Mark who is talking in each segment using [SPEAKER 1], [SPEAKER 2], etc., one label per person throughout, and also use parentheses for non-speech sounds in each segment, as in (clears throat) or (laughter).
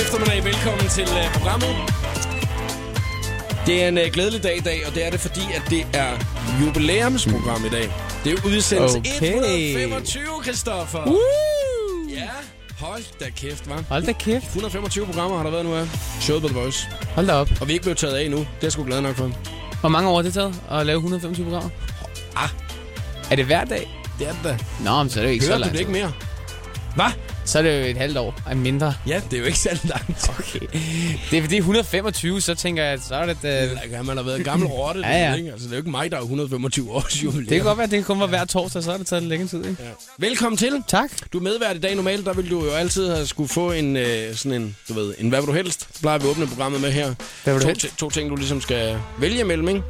[SPEAKER 1] eftermiddag. Velkommen til uh, programmet. Det er en uh, glædelig dag i dag, og det er det, fordi at det er jubilæumsprogram i dag. Det er udsendelse
[SPEAKER 2] Okay.
[SPEAKER 1] 125, Christoffer. Uh! Ja, hold da kæft, hva'?
[SPEAKER 2] Hold da kæft.
[SPEAKER 1] 125 programmer har der været nu af Showet på The Voice.
[SPEAKER 2] Hold da op.
[SPEAKER 1] Og vi er ikke blevet taget af endnu. Det er jeg sgu glad nok for.
[SPEAKER 2] Hvor mange år har det taget at lave 125 programmer?
[SPEAKER 1] Ah.
[SPEAKER 2] Er det hver dag?
[SPEAKER 1] Det er det da.
[SPEAKER 2] Nå, men så er det jo ikke så
[SPEAKER 1] Hører du
[SPEAKER 2] langt.
[SPEAKER 1] det ikke mere? Hvad?
[SPEAKER 2] Så er det jo et halvt år. Ej, mindre.
[SPEAKER 1] Ja, det er jo ikke særlig langt.
[SPEAKER 2] Okay. Det er fordi 125, så tænker jeg, at så er det... Uh...
[SPEAKER 1] Eller, man har været en gammel rotte.
[SPEAKER 2] Ja, ja.
[SPEAKER 1] det, Ikke? Altså, det er jo ikke mig, der er 125 års jubilæum.
[SPEAKER 2] Det kan godt være, at det kun var hver torsdag, så har det taget lidt længere tid, ikke?
[SPEAKER 1] Ja. Velkommen til.
[SPEAKER 2] Tak.
[SPEAKER 1] Du er medvært i dag. Normalt, der vil du jo altid have skulle få en, øh, sådan en, du ved, en hvad vil du helst. Det plejer vi at åbne programmet med her.
[SPEAKER 2] Hvad vil du
[SPEAKER 1] to,
[SPEAKER 2] helst?
[SPEAKER 1] ti- to ting, du ligesom skal vælge imellem, ikke?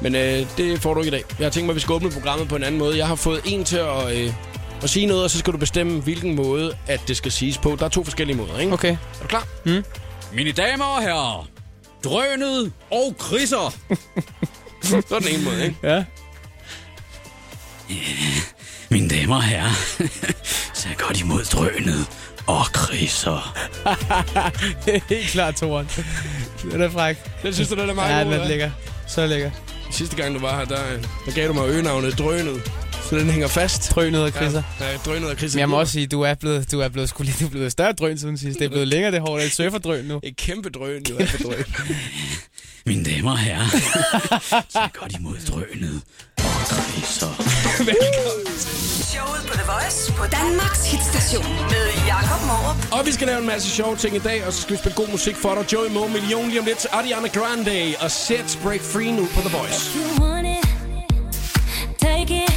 [SPEAKER 1] Men øh, det får du ikke i dag. Jeg har tænkt mig, at vi skal åbne programmet på en anden måde. Jeg har fået en til at, øh, at sige noget, og så skal du bestemme, hvilken måde, at det skal siges på. Der er to forskellige måder, ikke?
[SPEAKER 2] Okay.
[SPEAKER 1] Er du klar?
[SPEAKER 3] Mine damer og herrer, drønet og kriser.
[SPEAKER 1] Så er den ene måde,
[SPEAKER 2] (laughs)
[SPEAKER 1] ikke?
[SPEAKER 2] Ja.
[SPEAKER 3] Mine damer og herrer, (laughs) så er jeg godt imod drønet og kriser.
[SPEAKER 2] Helt klart, Toren. Den er fræk.
[SPEAKER 1] Den synes du, den er meget
[SPEAKER 2] Ja,
[SPEAKER 1] god,
[SPEAKER 2] den er
[SPEAKER 1] hva'?
[SPEAKER 2] lækker. Så lækker.
[SPEAKER 1] Sidste gang, du var her, der, øh, der gav du mig øgenavnet Drønet. Så den hænger fast.
[SPEAKER 2] Drønet og kriser.
[SPEAKER 1] Ja, ja, Drønet og Christian.
[SPEAKER 2] Men jeg må også sige, du er blevet, du er blevet, sgu lidt, du er blevet større drøn siden sidst. Det er blevet længere det hår. Det er et surferdrøn nu.
[SPEAKER 1] Et kæmpe drøn,
[SPEAKER 2] (laughs)
[SPEAKER 1] jo. Altså, drøn.
[SPEAKER 3] Mine damer og (laughs) herrer, så er jeg godt imod drønet og kriser.
[SPEAKER 4] Showet på The Voice på Danmarks hitstation med Jakob Morup.
[SPEAKER 1] Og vi skal lave en masse sjove ting i dag, og så skal vi spille god musik for dig. Joey Moe, Million lige om lidt. Ariana Grande og Sets Break Free nu på The Voice.
[SPEAKER 5] You want it, take it.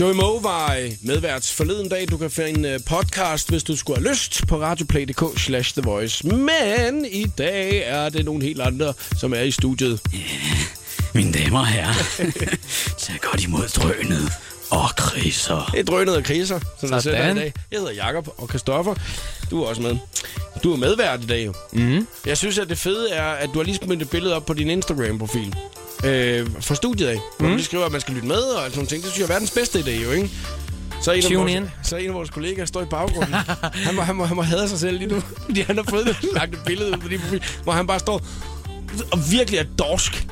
[SPEAKER 1] Joey Moe var øh, medvært forleden dag. Du kan finde øh, podcast, hvis du skulle have lyst, på radioplay.dk slash The Voice. Men i dag er det nogle helt andre, som er i studiet.
[SPEAKER 3] Mine damer og herrer, (laughs) så er jeg godt imod drønet og kriser.
[SPEAKER 1] Det er drønet og kriser, som der sætter i
[SPEAKER 2] Sådan.
[SPEAKER 1] dag. Jeg hedder Jakob og Kristoffer. Du er også med. Du er medvært i dag jo.
[SPEAKER 2] Mhm.
[SPEAKER 1] Mm. Jeg synes, at det fede er, at du har lige smidt et billede op på din Instagram-profil. Øh, fra studiet af.
[SPEAKER 2] Mhm.
[SPEAKER 1] Hvor mm. du lige skriver, at man skal lytte med og alt sådan nogle ting. Det synes jeg er verdens bedste idé jo, ikke? Så er en, af
[SPEAKER 2] Tune
[SPEAKER 1] vores,
[SPEAKER 2] in.
[SPEAKER 1] så er en af vores kollegaer står i baggrunden.
[SPEAKER 2] (laughs)
[SPEAKER 1] han, må, han, må, han må hadde sig selv lige nu, (laughs) fordi han har fået lagt et billede ud på din profil, hvor han bare står og virkelig er dorsk.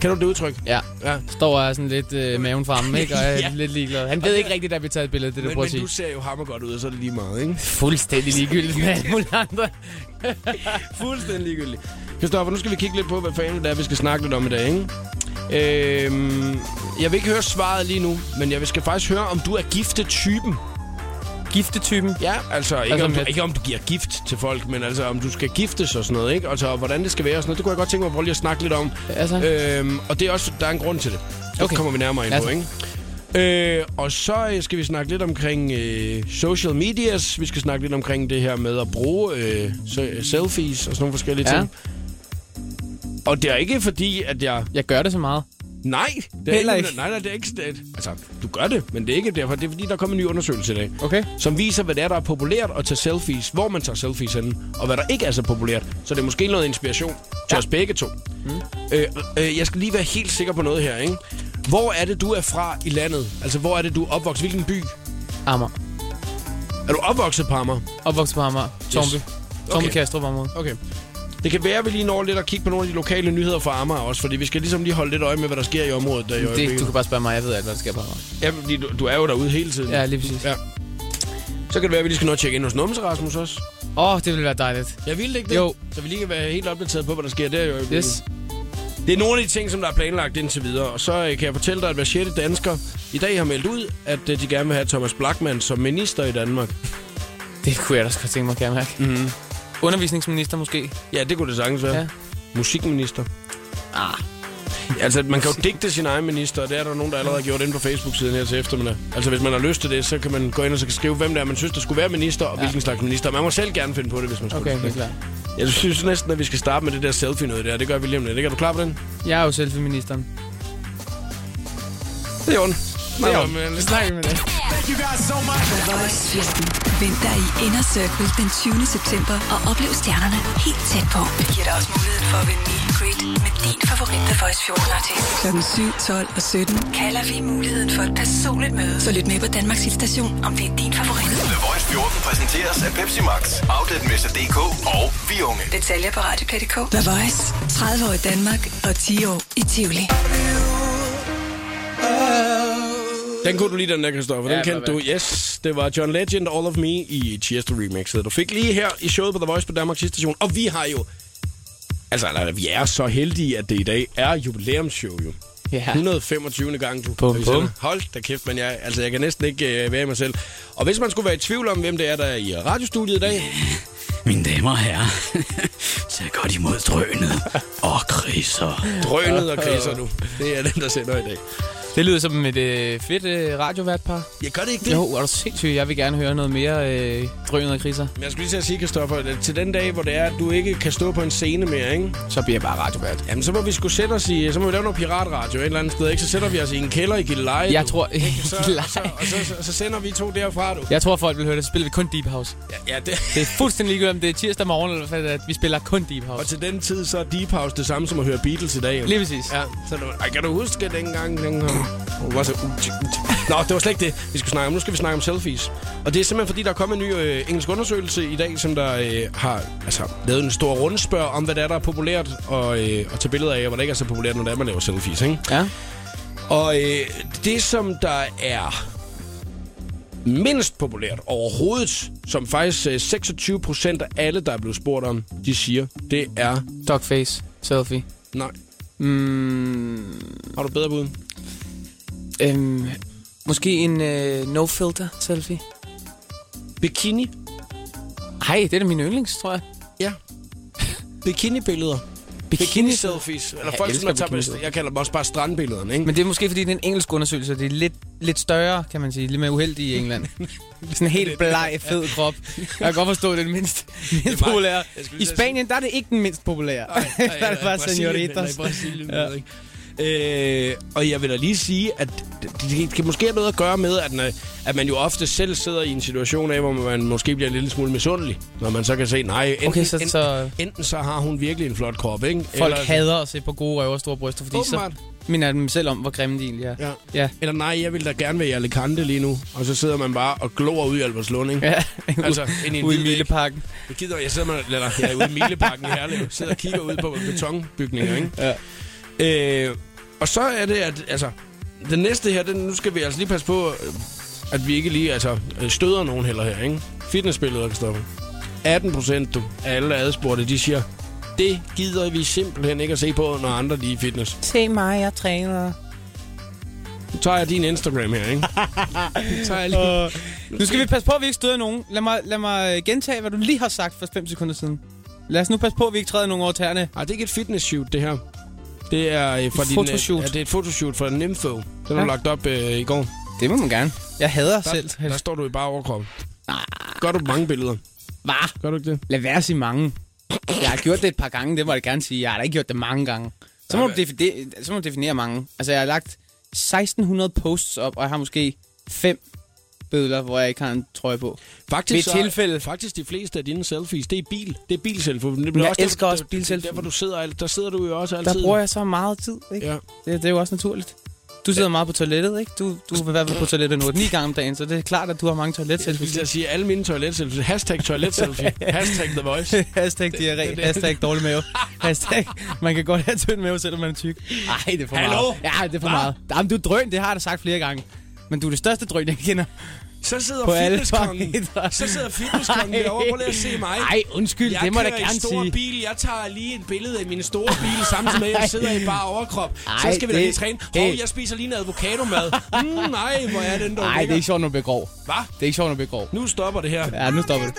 [SPEAKER 1] Kan du det udtryk?
[SPEAKER 2] Ja.
[SPEAKER 1] Ja.
[SPEAKER 2] Står og er sådan lidt øh, maven fremme, ikke? Og er
[SPEAKER 1] Ja.
[SPEAKER 2] (laughs) ja. lidt ligeglad. Han ved ikke rigtigt, at vi tager et billede, det du
[SPEAKER 1] Men,
[SPEAKER 2] prøver at
[SPEAKER 1] men
[SPEAKER 2] sige.
[SPEAKER 1] du ser jo hammer godt ud, og så er det lige meget, ikke?
[SPEAKER 2] Fuldstændig ligegyldigt med alle mulige andre.
[SPEAKER 1] Fuldstændig ligegyldigt. Kristoffer, nu skal vi kigge lidt på, hvad fanden det er, vi skal snakke lidt om i dag, ikke? Øhm, jeg vil ikke høre svaret lige nu, men jeg vil- skal faktisk høre, om du er giftetypen.
[SPEAKER 2] Giftetypen.
[SPEAKER 1] Ja, altså ikke,
[SPEAKER 2] Altså,
[SPEAKER 1] om, du,
[SPEAKER 2] med-
[SPEAKER 1] ikke om du giver gift til folk, men altså om du skal giftes og sådan noget, ikke? Altså og hvordan det skal være og sådan noget. Det kunne jeg godt tænke mig at prøve lige at snakke lidt om.
[SPEAKER 2] Altså.
[SPEAKER 1] Øhm, og det er også, der er en grund til det. Det okay.
[SPEAKER 2] Okay.
[SPEAKER 1] kommer vi nærmere ind på,
[SPEAKER 2] Altså.
[SPEAKER 1] ikke? Øh, og så øh, skal vi snakke lidt omkring øh, social medias. Vi skal snakke lidt omkring det her med at bruge øh, se- selfies og sådan nogle forskellige
[SPEAKER 2] Ja.
[SPEAKER 1] ting. Og det er ikke fordi, at jeg...
[SPEAKER 2] Jeg gør det så meget.
[SPEAKER 1] Nej, det er
[SPEAKER 2] Heller
[SPEAKER 1] ikke,
[SPEAKER 2] ikke.
[SPEAKER 1] Nej, nej, det er ikke... Det, altså, du gør det, men det er ikke derfor. Det er fordi, der kommer en ny undersøgelse i dag
[SPEAKER 2] Okay.
[SPEAKER 1] som viser, hvad det er, der er populært at tage selfies, hvor man tager selfies henne, og hvad der ikke er så populært. Så det er måske noget inspiration til ja. os begge to. Mm. Øh, øh, jeg skal lige være helt sikker på noget her, ikke? Hvor er det, du er fra i landet? Altså, hvor er det, du er opvokset? Hvilken by?
[SPEAKER 2] Amager.
[SPEAKER 1] Er du opvokset på Amager?
[SPEAKER 2] Opvokset på Amager. Tornby. Tornby
[SPEAKER 1] Okay.
[SPEAKER 2] Kastrup område.
[SPEAKER 1] Okay. Det kan være, at vi lige når lidt og kigge på nogle af de lokale nyheder fra Amager også, fordi vi skal ligesom lige holde lidt øje med, hvad der sker i området der i
[SPEAKER 2] Øh, Det, Mm.
[SPEAKER 1] øjeblikket.
[SPEAKER 2] du kan bare spørge mig, jeg ved alt, hvad der sker på Amager.
[SPEAKER 1] Ja, fordi du, du er jo derude hele tiden.
[SPEAKER 2] Ja, lige præcis.
[SPEAKER 1] Ja. Så kan det være, at vi lige skal nå at tjekke ind hos Numse Rasmus også.
[SPEAKER 2] Åh, oh, det ville være dejligt.
[SPEAKER 1] Jeg vil ikke det.
[SPEAKER 2] Jo.
[SPEAKER 1] Så vi lige kan være helt opdateret på, hvad der sker der i øjeblikket.
[SPEAKER 2] Yes.
[SPEAKER 1] Det er nogle af de ting, som der er planlagt indtil videre, og så øh, kan jeg fortælle dig, at hver sjette dansker i dag har meldt ud, at øh, de gerne vil have Thomas Blackman som minister i Danmark.
[SPEAKER 2] Det kunne jeg da også godt tænke mig, kan jeg mærke. Mm. Undervisningsminister måske.
[SPEAKER 1] Ja, det kunne det sagtens være. Ja.
[SPEAKER 2] Ja.
[SPEAKER 1] Musikminister. Ah. Altså, man kan jo digte sin egen minister, og det er der nogen, der allerede har gjort inde på Facebook-siden her til eftermiddag. Altså, hvis man har lyst til det, så kan man gå ind og så kan skrive, hvem det er, man synes, der skulle være minister, og ja. hvilken slags minister. Man må selv gerne finde på det, hvis man skulle.
[SPEAKER 2] Okay, det
[SPEAKER 1] det.
[SPEAKER 2] er klart.
[SPEAKER 1] Jeg synes næsten, at vi skal starte med det der selfie noget der. Det gør vi lige om lidt. Ikke? Er du klar på den?
[SPEAKER 2] Jeg er jo selvfeministeren.
[SPEAKER 1] Det er ondt.
[SPEAKER 2] Det er jo. Vi snakker med det.
[SPEAKER 6] Thank you guys so much.
[SPEAKER 4] The Voice Vinter i Inner Circle den 20. september og oplev stjernerne helt tæt på. Det giver dig også muligheden for at vinde meet and greet med din favorit The Voice 14 artist. Klokken 7, 12 og 17 kalder vi muligheden for et personligt møde. Så lyt med på Danmarks station, om det er din favorit.
[SPEAKER 6] The Voice 14 præsenteres af Pepsi Max, Outletmesser.dk og Vi Unge.
[SPEAKER 4] Detaljer på radioplay.dk. The Voice. 30 år i Danmark og 10 år i Tivoli.
[SPEAKER 1] Den kunne du lige, den der, Christoffer. Den
[SPEAKER 2] Ja,
[SPEAKER 1] kendte du.
[SPEAKER 2] hvad-
[SPEAKER 1] Yes, det var John Legend, All of Me i Cheers to Remix. Du fik lige her i showet på The Voice på Danmarks station. Og vi har jo... Altså, eller, vi er så heldige, at det i dag er jubilæumsshow, jo.
[SPEAKER 2] Ja.
[SPEAKER 1] 125. gang, du. ligesom-
[SPEAKER 2] Bum, bum.
[SPEAKER 1] Hold da kæft, men jeg, altså, jeg kan næsten ikke øh, være i mig selv. Og hvis man skulle være i tvivl om, hvem det er, der er i radiostudiet i dag,
[SPEAKER 3] Mine damer og herrer, (laughs) tag godt imod drønet og kriser.
[SPEAKER 1] drønet og kriser nu. Det er dem, der sender i dag.
[SPEAKER 2] Det lyder som et øh, fedt øh, radioværtpar.
[SPEAKER 1] Jeg gør det ikke det.
[SPEAKER 2] Jo, er du sindssyg? Jeg vil gerne høre noget mere øh, drønet og kriser.
[SPEAKER 1] Men jeg skulle lige til at sige, Kristoffer, at til den dag, hvor det er, at du ikke kan stå på en scene mere, ikke?
[SPEAKER 2] Så bliver jeg bare radiovært.
[SPEAKER 1] Jamen, så må vi skulle sætte os i... Så må vi lave noget piratradio et eller andet sted, ikke? Så sætter vi os i en kælder i Gilleleje.
[SPEAKER 2] Jeg
[SPEAKER 1] du.
[SPEAKER 2] tror-
[SPEAKER 1] Ikke?
[SPEAKER 2] (laughs)
[SPEAKER 1] Så,
[SPEAKER 2] Gilleleje.
[SPEAKER 1] så, og så, så, så, sender vi to derfra, du.
[SPEAKER 2] Jeg tror, folk vil høre det. Så spiller vi kun Deep House.
[SPEAKER 1] Ja, ja det...
[SPEAKER 2] Det er fuldstændig ligegyldigt, om det er tirsdag morgen, eller hvad, det er, at vi spiller kun Deep
[SPEAKER 1] Og
[SPEAKER 2] House.
[SPEAKER 1] til den tid, så er Deep House det samme som at høre Beatles i dag. jo.
[SPEAKER 2] Lige præcis.
[SPEAKER 1] Ja, så du, ej, kan du huske dengang, den kom? Oh, var så, uh, Nå, det var slet ikke det, vi skulle snakke om. Nu skal vi snakke om selfies. Og det er simpelthen, fordi der er kommet en ny øh, engelsk undersøgelse i dag, som der øh, har altså, lavet en stor rundspørg om, hvad der er, der er populært og, øh, at tage billeder af, og hvad der ikke er så populært, når det er, man laver selfies. Ikke?
[SPEAKER 2] Ja.
[SPEAKER 1] Og øh, det, som der er mindst populært overhovedet, som faktisk øh, 26 procent af alle, der er blevet spurgt om, de siger, det er
[SPEAKER 2] Dogface. Selfie.
[SPEAKER 1] nej.
[SPEAKER 2] Mm,
[SPEAKER 1] Har du bedre bud?
[SPEAKER 2] øhm, måske en øh, no-filter selfie.
[SPEAKER 1] Bikini?
[SPEAKER 2] Hej, det er da min yndlings, tror jeg.
[SPEAKER 1] Ja. Bikini-billeder. Bikini-selfies. Eller
[SPEAKER 2] Jeg
[SPEAKER 1] folk, som
[SPEAKER 2] elsker
[SPEAKER 1] der tager
[SPEAKER 2] bikini-selfies.
[SPEAKER 1] Jeg kalder dem også bare strandbillederne, ikke?
[SPEAKER 2] Men det er måske, fordi det er en engelsk undersøgelse, og det er lidt, lidt større, kan man sige. Lidt mere uheldig i England. Sådan en helt bleg, fed krop. Jeg kan godt forstå, det er den mindst, mindst
[SPEAKER 1] bare-
[SPEAKER 2] populære.
[SPEAKER 1] jeg skulle
[SPEAKER 2] I
[SPEAKER 1] lige til at sige-
[SPEAKER 2] Spanien, der er det ikke den mindst populære. (laughs) der er det bare senoritas.
[SPEAKER 1] Ja. Øh, og jeg vil da lige sige, at det, det kan måske have noget at gøre med, at, når- at man jo ofte selv sidder i en situation af, hvor man måske bliver en lille smule misundelig, når man så kan se, nej, enten,
[SPEAKER 2] Okay, så-
[SPEAKER 1] enten,
[SPEAKER 2] så-
[SPEAKER 1] enten så har hun virkelig en flot krop, ikke?
[SPEAKER 2] Folk hader at se på gode røver og store bryster, fordi så
[SPEAKER 1] Åbenbart.
[SPEAKER 2] minder dem selv om, hvor grimme de egentlig er.
[SPEAKER 1] Ja.
[SPEAKER 2] Ja.
[SPEAKER 1] Eller nej, jeg vil da gerne være i Alicante lige nu. Og så sidder man bare og glor ud i Albertslund, ikke?
[SPEAKER 2] ja.
[SPEAKER 1] Altså, ind i en
[SPEAKER 2] (laughs) Ude i
[SPEAKER 1] hvid væg.
[SPEAKER 2] Mileparken.
[SPEAKER 1] Jeg gider, jeg sidder med, eller, jeg er ude i Mileparken i Herlev, sidder og kigger ud på betonbygninger, ikke? Ja. Øh, og så er det, at altså, den næste her, den, nu skal vi altså lige passe på, øh, at vi ikke lige altså, øh, støder nogen heller her, ikke? Fitnessbilleder, Kristoffer. 18 procent du, af alle adspurgte, de siger, det gider vi simpelthen ikke at se på, når andre lige er i fitness.
[SPEAKER 2] Se mig, jeg træner.
[SPEAKER 1] Nu tager jeg din Instagram her, ikke? Nu tager jeg lige...
[SPEAKER 2] (laughs) Nu skal vi passe på, at vi ikke støder nogen. Lad mig, lad mig gentage, hvad du lige har sagt for 5 sekunder siden. Lad os nu passe på, at vi ikke træder nogen over tæerne.
[SPEAKER 1] Ej, det er ikke et fitnessshoot, det her. Det er øh, fra din... øh,
[SPEAKER 2] Fotoshoot.
[SPEAKER 1] Ja, det er et fotoshoot fra Nympho. Den ja. har
[SPEAKER 2] Ja.
[SPEAKER 1] du lagt op øh, i går.
[SPEAKER 2] Det må man gerne. Jeg hader der, selv.
[SPEAKER 1] Der står du i bare overkrop. Gør du mange billeder?
[SPEAKER 2] Hvad?
[SPEAKER 1] Gør du ikke det?
[SPEAKER 2] Lad være at sige mange. Jeg har gjort det et par gange, det må jeg gerne sige. Jeg har da ikke gjort det mange gange. Så må, du defide- så må du definere mange. Altså, jeg har lagt 1600 posts op, og jeg har måske fem billeder, hvor jeg ikke har en trøje på. Ved
[SPEAKER 1] Faktisk,
[SPEAKER 2] tilfælde.
[SPEAKER 1] Faktisk de fleste af dine selfies, det er bil. Det er bilselfie. Det
[SPEAKER 2] Jeg elsker også
[SPEAKER 1] Der,
[SPEAKER 2] bilselfie.
[SPEAKER 1] hvor du sidder, alt- der sidder du jo også altid.
[SPEAKER 2] Der bruger jeg så meget tid, ikke?
[SPEAKER 1] Ja.
[SPEAKER 2] Det, det er jo også naturligt. Du sidder meget på toilettet, ikke? Du, du er i hvert fald på toilettet nu 9 gange om dagen, så det er klart, at du har mange
[SPEAKER 1] Jeg skulle til
[SPEAKER 2] toiletselfies.
[SPEAKER 1] at sige, alle mine toiletselfies. Hashtag
[SPEAKER 2] (laughs)
[SPEAKER 1] toiletselfie. Hashtag the voice.
[SPEAKER 2] Hashtag diarré, hashtag dårlig mave, hashtag man kan godt have tynd mave, selvom man er tyk. Nej, det er for
[SPEAKER 1] Hallo?
[SPEAKER 2] meget. Ja, det er for meget. Jamen, du er drøn, det har jeg da sagt flere gange. Men du er det største drøn, jeg kender.
[SPEAKER 1] Så sidder
[SPEAKER 2] På alle
[SPEAKER 1] fitnesskongen.
[SPEAKER 2] parametre.
[SPEAKER 1] Så sidder fitnesskongen
[SPEAKER 2] Ej.
[SPEAKER 1] derovre. Prøv lige at se mig.
[SPEAKER 2] Nej, undskyld,
[SPEAKER 1] Jeg
[SPEAKER 2] det må jeg da
[SPEAKER 1] kører i
[SPEAKER 2] gerne
[SPEAKER 1] stor
[SPEAKER 2] sige.
[SPEAKER 1] bil. Jeg tager lige et billede af min store bil, samtidig med, at jeg sidder i bare overkrop. så
[SPEAKER 2] Ej,
[SPEAKER 1] skal vi da
[SPEAKER 2] det-
[SPEAKER 1] lige træne. Hov,
[SPEAKER 2] Hey.
[SPEAKER 1] jeg spiser lige en avocadomad. Mm, nej, hvor er den dog
[SPEAKER 2] Nej, det er ikke sjovt, når du bliver grov.
[SPEAKER 1] Hvad?
[SPEAKER 2] Det er ikke sjovt, når du bliver grov.
[SPEAKER 1] Nu stopper det her.
[SPEAKER 2] Ja, nu stopper det.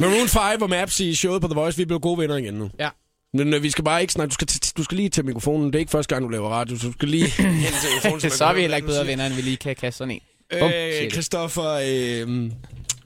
[SPEAKER 1] Maroon 5 og Mapsy i showet på The Voice. Vi blev gode venner igen nu.
[SPEAKER 2] Ja.
[SPEAKER 1] Men øh, vi skal bare ikke snakke. Du skal, t- du skal lige til mikrofonen. Det er ikke første gang, du laver radio, så du skal (laughs) lige hen til mikrofonen. man
[SPEAKER 2] Så
[SPEAKER 1] kan
[SPEAKER 2] er vi
[SPEAKER 1] høre,
[SPEAKER 2] heller ikke
[SPEAKER 1] hvad
[SPEAKER 2] bedre
[SPEAKER 1] du Øh,
[SPEAKER 2] venner, end vi lige kan kaste sådan en.
[SPEAKER 1] siger.
[SPEAKER 2] Bum, siger
[SPEAKER 1] Øh,
[SPEAKER 2] det.
[SPEAKER 1] Christoffer, øh,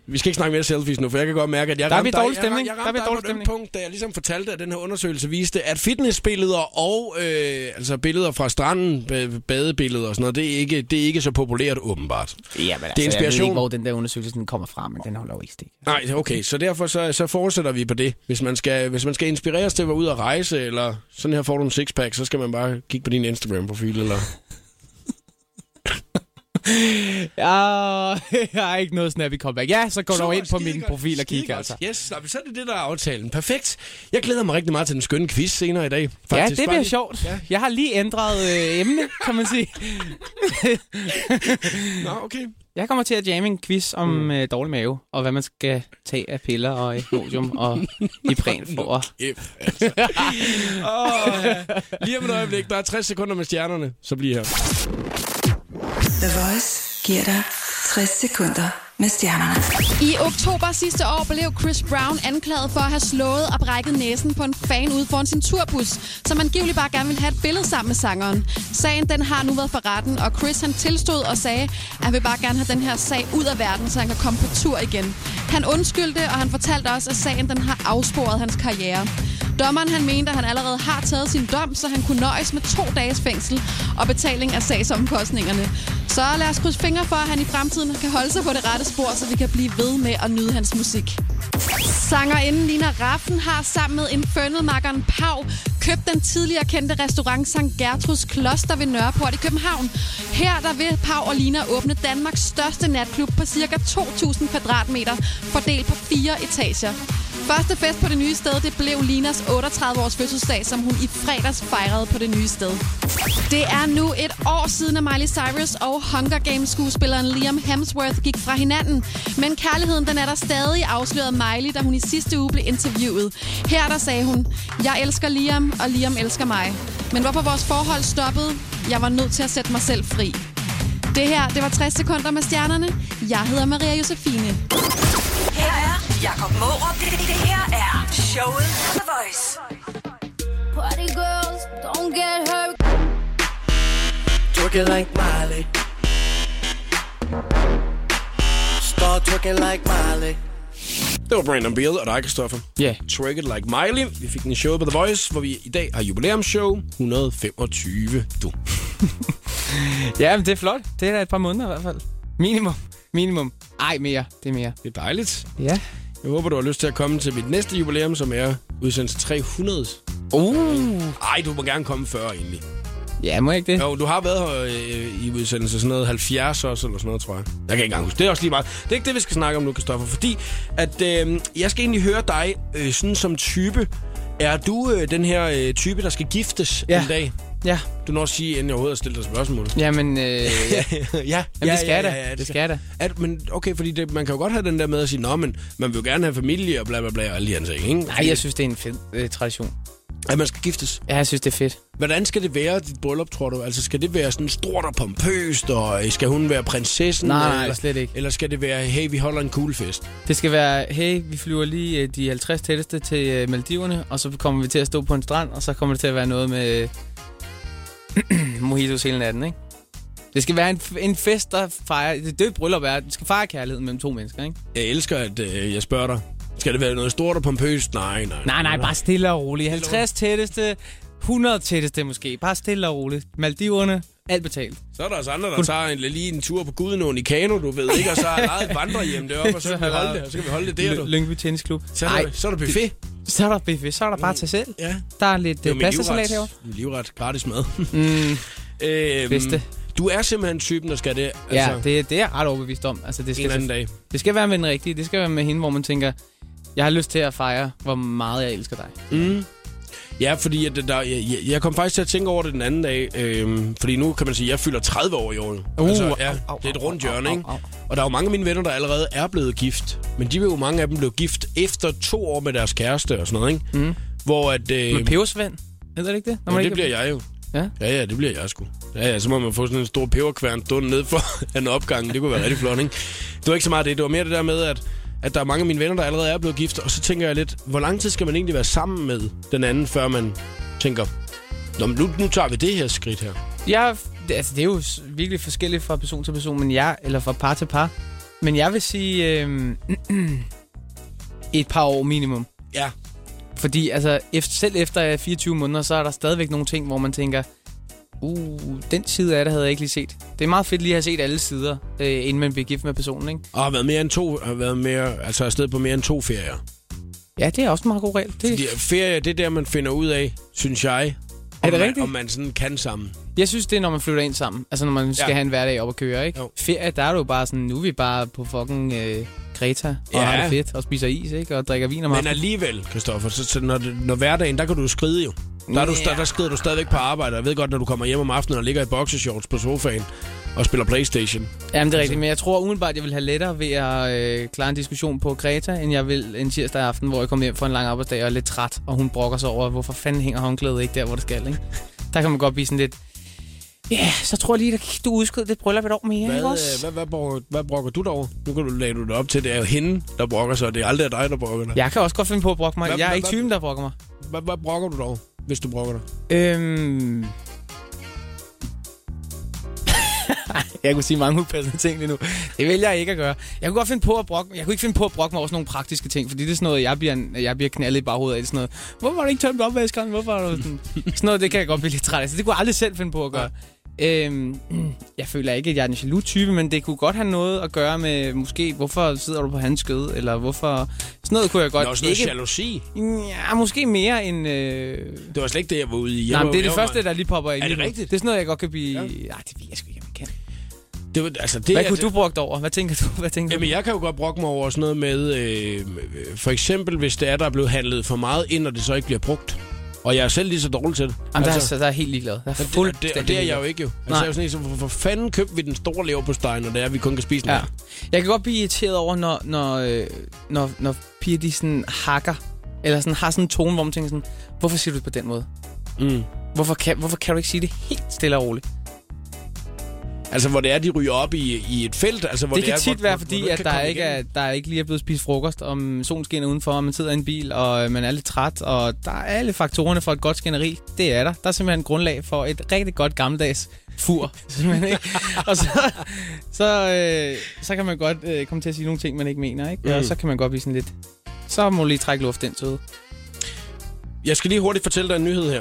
[SPEAKER 1] Vi skal ikke snakke mere selfies nu, for jeg kan godt mærke, at jeg
[SPEAKER 2] Der er
[SPEAKER 1] ramte
[SPEAKER 2] vi dårlig stemning.
[SPEAKER 1] Jeg, jeg
[SPEAKER 2] Der er
[SPEAKER 1] ramte
[SPEAKER 2] vi
[SPEAKER 1] dig
[SPEAKER 2] dårlig
[SPEAKER 1] på et ømt
[SPEAKER 2] stemning.
[SPEAKER 1] punkt, da jeg ligesom fortalte, at den her undersøgelse viste, at fitnessbilleder og øh, altså billeder fra stranden, ba- badebilleder og sådan noget, det er ikke, det er ikke så populært åbenbart.
[SPEAKER 2] Ja, men
[SPEAKER 1] altså, jeg ved ikke, hvor
[SPEAKER 2] hvor den der undersøgelse den kommer fra, men den holder jo ikke stik.
[SPEAKER 1] Nej, okay, så derfor så, så fortsætter vi på det. Hvis man, skal, hvis man skal inspireres til at være ude og rejse, eller sådan her får du en sixpack, så skal man bare kigge på din Instagram-profil, eller...
[SPEAKER 2] Ja, (laughs) jeg har ikke noget snappy comeback. Ja, så går du over
[SPEAKER 1] Super,
[SPEAKER 2] ind på
[SPEAKER 1] skide
[SPEAKER 2] min
[SPEAKER 1] godt,
[SPEAKER 2] profil og
[SPEAKER 1] skide
[SPEAKER 2] kigger
[SPEAKER 1] godt.
[SPEAKER 2] altså.
[SPEAKER 1] Yes, nå, men så er det det, der er aftalen. Perfekt. Jeg glæder mig rigtig meget til den skønne quiz senere i dag. Faktisk.
[SPEAKER 2] Ja, det
[SPEAKER 1] Bare
[SPEAKER 2] bliver
[SPEAKER 1] lige-
[SPEAKER 2] sjovt. Jeg har lige ændret øh, emne, kan man sige.
[SPEAKER 1] Nå, okay.
[SPEAKER 2] (laughs) Jeg kommer til at jamme en quiz om øh, dårlig mave, og hvad man skal tage af piller og Imodium og Ipren for. at-
[SPEAKER 1] Yep, altså. (laughs) Åh, ja. lige om et øjeblik, der er 60 sekunder med stjernerne, så bliver her.
[SPEAKER 4] The Voice giver dig 60 sekunder med stjernerne.
[SPEAKER 7] I oktober sidste år blev Chris Brown anklaget for at have slået og brækket næsen på en fan ude foran sin turbus, som angiveligt bare gerne ville have et billede sammen med sangeren. Sagen den har nu været for retten, og Chris han tilstod og sagde, at han vil bare gerne have den her sag ud af verden, så han kan komme på tur igen. Han undskyldte, og han fortalte også, at sagen den har afsporet hans karriere. Dommeren han mente, at han allerede har taget sin dom, så han kunne nøjes med to dages fængsel og betaling af sagsomkostningerne. Så lad os krydse fingre for, at han i fremtiden kan holde sig på det rette spor, så vi kan blive ved med at nyde hans musik. Sangerinden Lina Raffen har sammen med Infernal-makkeren Pau købt den tidligere kendte restaurant St. Gertruds Kloster ved Nørreport i København. Her der vil Pau og Lina åbne Danmarks største natklub på ca. 2.000 kvadratmeter, fordelt på fire etager. Første fest på det nye sted, det blev Linas 38-års fødselsdag, som hun i fredags fejrede på det nye sted. Det er nu et år siden, at Miley Cyrus og Hunger Games-skuespilleren Liam Hemsworth gik fra hinanden. Men kærligheden den er der stadig, afslørede Miley, da hun i sidste uge blev interviewet. Her der sagde hun, jeg elsker Liam, og Liam elsker mig. Men hvorfor vores forhold stoppede? Jeg var nødt til at sætte mig selv fri. Det her, det var 60 sekunder med stjernerne. Jeg hedder Maria Josefine.
[SPEAKER 4] Her er Jakob Morup. Det, det, det her er showet på The Voice.
[SPEAKER 5] Party girls, don't get hurt.
[SPEAKER 8] Twerking like Miley. Start twerking like Miley.
[SPEAKER 1] Det var Brandon Beal og dig, Christoffer.
[SPEAKER 2] (laughs) Ja.
[SPEAKER 1] Twerk It Like Miley. Vi fik den i showet på The Voice, hvor vi i dag har jubilæumsshow 125. Du.
[SPEAKER 2] Ja, men det er flot. Det er da et par måneder i hvert fald. Minimum. Minimum. Ej, mere. Det er mere.
[SPEAKER 1] Det er dejligt.
[SPEAKER 2] Ja.
[SPEAKER 1] Jeg håber, du har lyst til at komme til mit næste jubilæum, som er udsendelse 300.
[SPEAKER 2] Uh.
[SPEAKER 1] Ej, du må gerne komme før egentlig.
[SPEAKER 2] Ja, må jeg ikke det?
[SPEAKER 1] Jo, du har været her øh, i udsendelse sådan noget 70 også, eller sådan noget, tror jeg. Jeg kan ikke engang huske. Det er også lige meget. Det er ikke det, vi skal snakke om nu, Kristoffer, fordi at øh, jeg skal egentlig høre dig øh, sådan som type. Er du øh, den her øh, type, der skal giftes
[SPEAKER 2] Ja.
[SPEAKER 1] en dag?
[SPEAKER 2] Ja.
[SPEAKER 1] Du når at sige, inden jeg overhovedet har stillet dig spørgsmål.
[SPEAKER 2] Jamen, øh, (laughs) ja.
[SPEAKER 1] ja, ja,
[SPEAKER 2] Jamen, det skal jeg da. Det skal jeg da.
[SPEAKER 1] At, men okay, fordi det, man kan jo godt have den der med at sige, nå, men man vil jo gerne have familie og bla bla bla og alle de her ting, ikke?
[SPEAKER 2] Nej, jeg synes, det er en fed øh, tradition.
[SPEAKER 1] At man skal giftes.
[SPEAKER 2] Ja, jeg synes, det er fedt.
[SPEAKER 1] Hvordan skal det være, dit bryllup, tror du? Altså, skal det være sådan stort og pompøst, og øh, skal hun være prinsessen?
[SPEAKER 2] Nej,
[SPEAKER 1] eller,
[SPEAKER 2] nej, slet ikke.
[SPEAKER 1] Eller skal det være, hey, vi holder en cool fest?
[SPEAKER 2] Det skal være, hey, vi flyver lige øh, de 50 tætteste til øh, Maldiverne, og så kommer vi til at stå på en strand, og så kommer det til at være noget med (clears throat) øh, mojitos hele natten, ikke? Det skal være en, f- en fest, der fejrer... Det, det bryllup er, det skal fejre kærligheden mellem to mennesker, ikke?
[SPEAKER 1] Jeg elsker, at øh, jeg spørger dig. Skal det være noget stort og pompøst? Nej, nej.
[SPEAKER 2] Nej, nej, bare stille og roligt. 50 tætteste, 100 tætteste måske. Bare stille og roligt. Maldiverne, alt betalt.
[SPEAKER 1] Så er der også andre, der tager en, lige en tur på Gudenåen i Kano, du ved ikke, og så er der et vandrehjem deroppe, og så kan vi holde det, og så kan vi holde det der, du.
[SPEAKER 2] L- Lyngby Tennisklub.
[SPEAKER 1] Så er der, så er der buffet. Mm.
[SPEAKER 2] så er der buffet. Så er der bare til selv.
[SPEAKER 1] Ja.
[SPEAKER 2] Der er lidt øh, pastasalat herovre. Mm.
[SPEAKER 1] Min livret. Gratis mad. øhm,
[SPEAKER 2] Bedste.
[SPEAKER 1] Du er simpelthen typen, der skal det.
[SPEAKER 2] Altså, ja, det, det er jeg ret overbevist om. Altså, det
[SPEAKER 1] en
[SPEAKER 2] skal,
[SPEAKER 1] anden dag.
[SPEAKER 2] det skal være med den rigtige. Det skal være med hende, hvor man tænker, jeg har lyst til at fejre, hvor meget jeg elsker dig.
[SPEAKER 1] Ja, fordi at det der, jeg, jeg- jeg kom faktisk til at tænke over det den anden dag. Øhm, fordi nu kan man sige, at jeg fylder 30 år i år.
[SPEAKER 2] Uh,
[SPEAKER 1] Altså, ja,
[SPEAKER 2] au, au,
[SPEAKER 1] det er et
[SPEAKER 2] au,
[SPEAKER 1] rundt
[SPEAKER 2] au,
[SPEAKER 1] hjørne,
[SPEAKER 2] au,
[SPEAKER 1] ikke?
[SPEAKER 2] au.
[SPEAKER 1] Og der er jo mange af mine venner, der allerede er blevet gift. Men de vil jo mange af dem blev gift efter to år med deres kæreste og sådan noget, ikke? Mm. Hvor at... Øh,
[SPEAKER 2] Med pebersvend. Hedder det ikke det? Når
[SPEAKER 1] ja,
[SPEAKER 2] man
[SPEAKER 1] det
[SPEAKER 2] ikke
[SPEAKER 1] bliver jeg jo.
[SPEAKER 2] Ja.
[SPEAKER 1] Ja, ja, det bliver jeg sgu. Ja, ja, så må man få sådan en stor peberkværn stående ned for (laughs) en opgang. Det kunne være rigtig flot, ikke? Det var ikke så meget det. Det var mere det der med, at, at der er mange af mine venner, der allerede er blevet gift. Og så tænker jeg lidt, hvor lang tid skal man egentlig være sammen med den anden, før man tænker, Nå, men nu, nu tager vi det her skridt her.
[SPEAKER 2] Jeg, det- altså, det er jo s- virkelig forskelligt fra person til person, men jeg, eller fra par til par, Men jeg vil sige øh, (clears throat) et par år minimum.
[SPEAKER 1] Ja.
[SPEAKER 2] Fordi altså, ef- selv efter 24 måneder, så er der stadigvæk nogle ting, hvor man tænker, uh, den side af det havde jeg ikke lige set. Det er meget fedt lige at have set alle sider, øh, inden man bliver gift med personen, ikke?
[SPEAKER 1] Og har været mere end to, har været mere, altså afsted på mere end to ferier.
[SPEAKER 2] Ja, det er også en meget god regel. Det,
[SPEAKER 1] Fordi ferie, det er der, man finder ud af, synes jeg, om,
[SPEAKER 2] Er det
[SPEAKER 1] man,
[SPEAKER 2] rigtigt?
[SPEAKER 1] om man sådan kan sammen.
[SPEAKER 2] Jeg synes, det er, når man flytter ind sammen. Altså, når man skal
[SPEAKER 1] Ja.
[SPEAKER 2] have en hverdag op at køre, ikke?
[SPEAKER 1] Jo.
[SPEAKER 2] Ferie, der er du jo bare sådan, nu er vi bare på fucking øh, Greta og
[SPEAKER 1] Ja.
[SPEAKER 2] har det fedt og spiser is, ikke? Og drikker vin om
[SPEAKER 1] Men
[SPEAKER 2] aftenen.
[SPEAKER 1] alligevel, Kristoffer, så, så når, det- når hverdagen, der kan du jo skride jo. Der, er du,
[SPEAKER 2] Ja.
[SPEAKER 1] yeah. der skrider du stadigvæk på arbejde. og Jeg ved godt, når du kommer hjem om aftenen og ligger i boxershorts på sofaen og spiller Playstation.
[SPEAKER 2] Jamen, det er rigtigt, men jeg tror umiddelbart, jeg vil have lettere ved at øh, klare en diskussion på Greta, end jeg vil en tirsdag aften, hvor jeg kommer hjem fra en lang arbejdsdag og er lidt træt, og hun brokker sig over, hvorfor fanden hænger håndklædet ikke der, hvor det skal, ikke? Der kan man godt blive sådan lidt... Ja, yeah, så tror jeg lige, at du udskød det bryllup et år mere,
[SPEAKER 1] Hvad,
[SPEAKER 2] ikke
[SPEAKER 1] øh,
[SPEAKER 2] også?
[SPEAKER 1] hvad, hvad, brokker, hvad brokker du derovre? Nu kan du lade du det op til, det er jo hende, der brokker sig, og det er aldrig dig, der brokker dig. Ja.
[SPEAKER 2] Jeg kan også godt finde på at brokke mig.
[SPEAKER 1] Hvad-
[SPEAKER 2] jeg er
[SPEAKER 1] hvad-
[SPEAKER 2] ikke
[SPEAKER 1] hvad-
[SPEAKER 2] typen, der brokker mig.
[SPEAKER 1] Hvad, hvad brokker du derovre, hvis du brokker dig?
[SPEAKER 2] Øhm... (laughs) jeg kunne sige mange upassende ting lige nu. Det vælger jeg ikke at gøre. Jeg kunne godt finde på at brokke, jeg kunne ikke finde på at brokke mig over sådan nogle praktiske ting, fordi det er sådan noget, jeg bliver, jeg bliver knaldet i baghovedet af. Det er sådan noget, hvorfor har du ikke tømt opvaskeren? Hvorfor har du sådan... sådan noget, det kan jeg godt blive lidt træt af. Så det kunne jeg aldrig selv finde på at gøre. Øhm, jeg føler ikke, at jeg er en jaloux type, men det kunne godt have noget at gøre med, måske, hvorfor sidder du på hans skød, eller hvorfor... Sådan noget kunne jeg godt
[SPEAKER 1] Nå, sådan noget
[SPEAKER 2] ikke...
[SPEAKER 1] jalousi.
[SPEAKER 2] Ja, måske mere end... Øh,
[SPEAKER 1] Det var slet ikke det, jeg var ude i. Jeg
[SPEAKER 2] Nej,
[SPEAKER 1] var-
[SPEAKER 2] men det er
[SPEAKER 1] jeg
[SPEAKER 2] det
[SPEAKER 1] var
[SPEAKER 2] første,
[SPEAKER 1] meget-
[SPEAKER 2] der lige popper i.
[SPEAKER 1] det
[SPEAKER 2] lige nu.
[SPEAKER 1] rigtigt?
[SPEAKER 2] Det er sådan noget, jeg godt kan blive... Ja. Ej, det ved jeg sgu ikke, om jeg kan.
[SPEAKER 1] Det var, altså, det,
[SPEAKER 2] Hvad
[SPEAKER 1] er-
[SPEAKER 2] kunne du brugt over? Hvad tænker du? Hvad tænker
[SPEAKER 1] Jamen, jeg kan jo godt brokke mig over sådan noget med, øh, øh, for eksempel, hvis det er, der er blevet handlet for meget ind, og det så ikke bliver brugt. Og jeg er selv lige så dårlig til det.
[SPEAKER 2] du? Jamen, altså, der, er, der er helt ligeglad. Der er
[SPEAKER 1] Og det, og
[SPEAKER 2] fuldstændig
[SPEAKER 1] det, og det er jeg jo ikke jo. Altså,
[SPEAKER 2] Nej.
[SPEAKER 1] jeg er jo sådan en, så for, for fanden købte vi den store leverpostejen, når det er, at vi kun kan spise den
[SPEAKER 2] Ja.
[SPEAKER 1] her?
[SPEAKER 2] Jeg kan godt blive irriteret over, når, når, øh, når, når piger de sådan hakker, eller sådan har sådan en tone, hvor man tænker sådan, hvorfor siger du det på den måde?
[SPEAKER 1] Mm.
[SPEAKER 2] Hvorfor kan, hvorfor kan du ikke sige det helt stille og roligt?
[SPEAKER 1] Altså, hvor det er, de ryger op i, i et felt. Altså, hvor
[SPEAKER 2] det
[SPEAKER 1] det,
[SPEAKER 2] kan
[SPEAKER 1] er,
[SPEAKER 2] tit
[SPEAKER 1] hvor,
[SPEAKER 2] være,
[SPEAKER 1] hvor-
[SPEAKER 2] fordi
[SPEAKER 1] hvor du
[SPEAKER 2] at
[SPEAKER 1] kan
[SPEAKER 2] der,
[SPEAKER 1] komme
[SPEAKER 2] ikke
[SPEAKER 1] igennem.
[SPEAKER 2] er, der ikke lige er blevet spist frokost, om solen skinner udenfor, og man sidder i en bil, og øh, man er lidt træt, og der er alle faktorerne for et godt skænderi. Det er der. Der er simpelthen grundlag for et rigtig godt gammeldags (laughs) fur. simpelthen, ikke? og så, så, øh, så kan man godt øh, komme til at sige nogle ting, man ikke mener. Ikke? Mm. Og
[SPEAKER 1] Mm.
[SPEAKER 2] så kan man godt blive sådan lidt... Så må du lige trække luft ind til det.
[SPEAKER 1] Jeg skal lige hurtigt fortælle dig en nyhed her.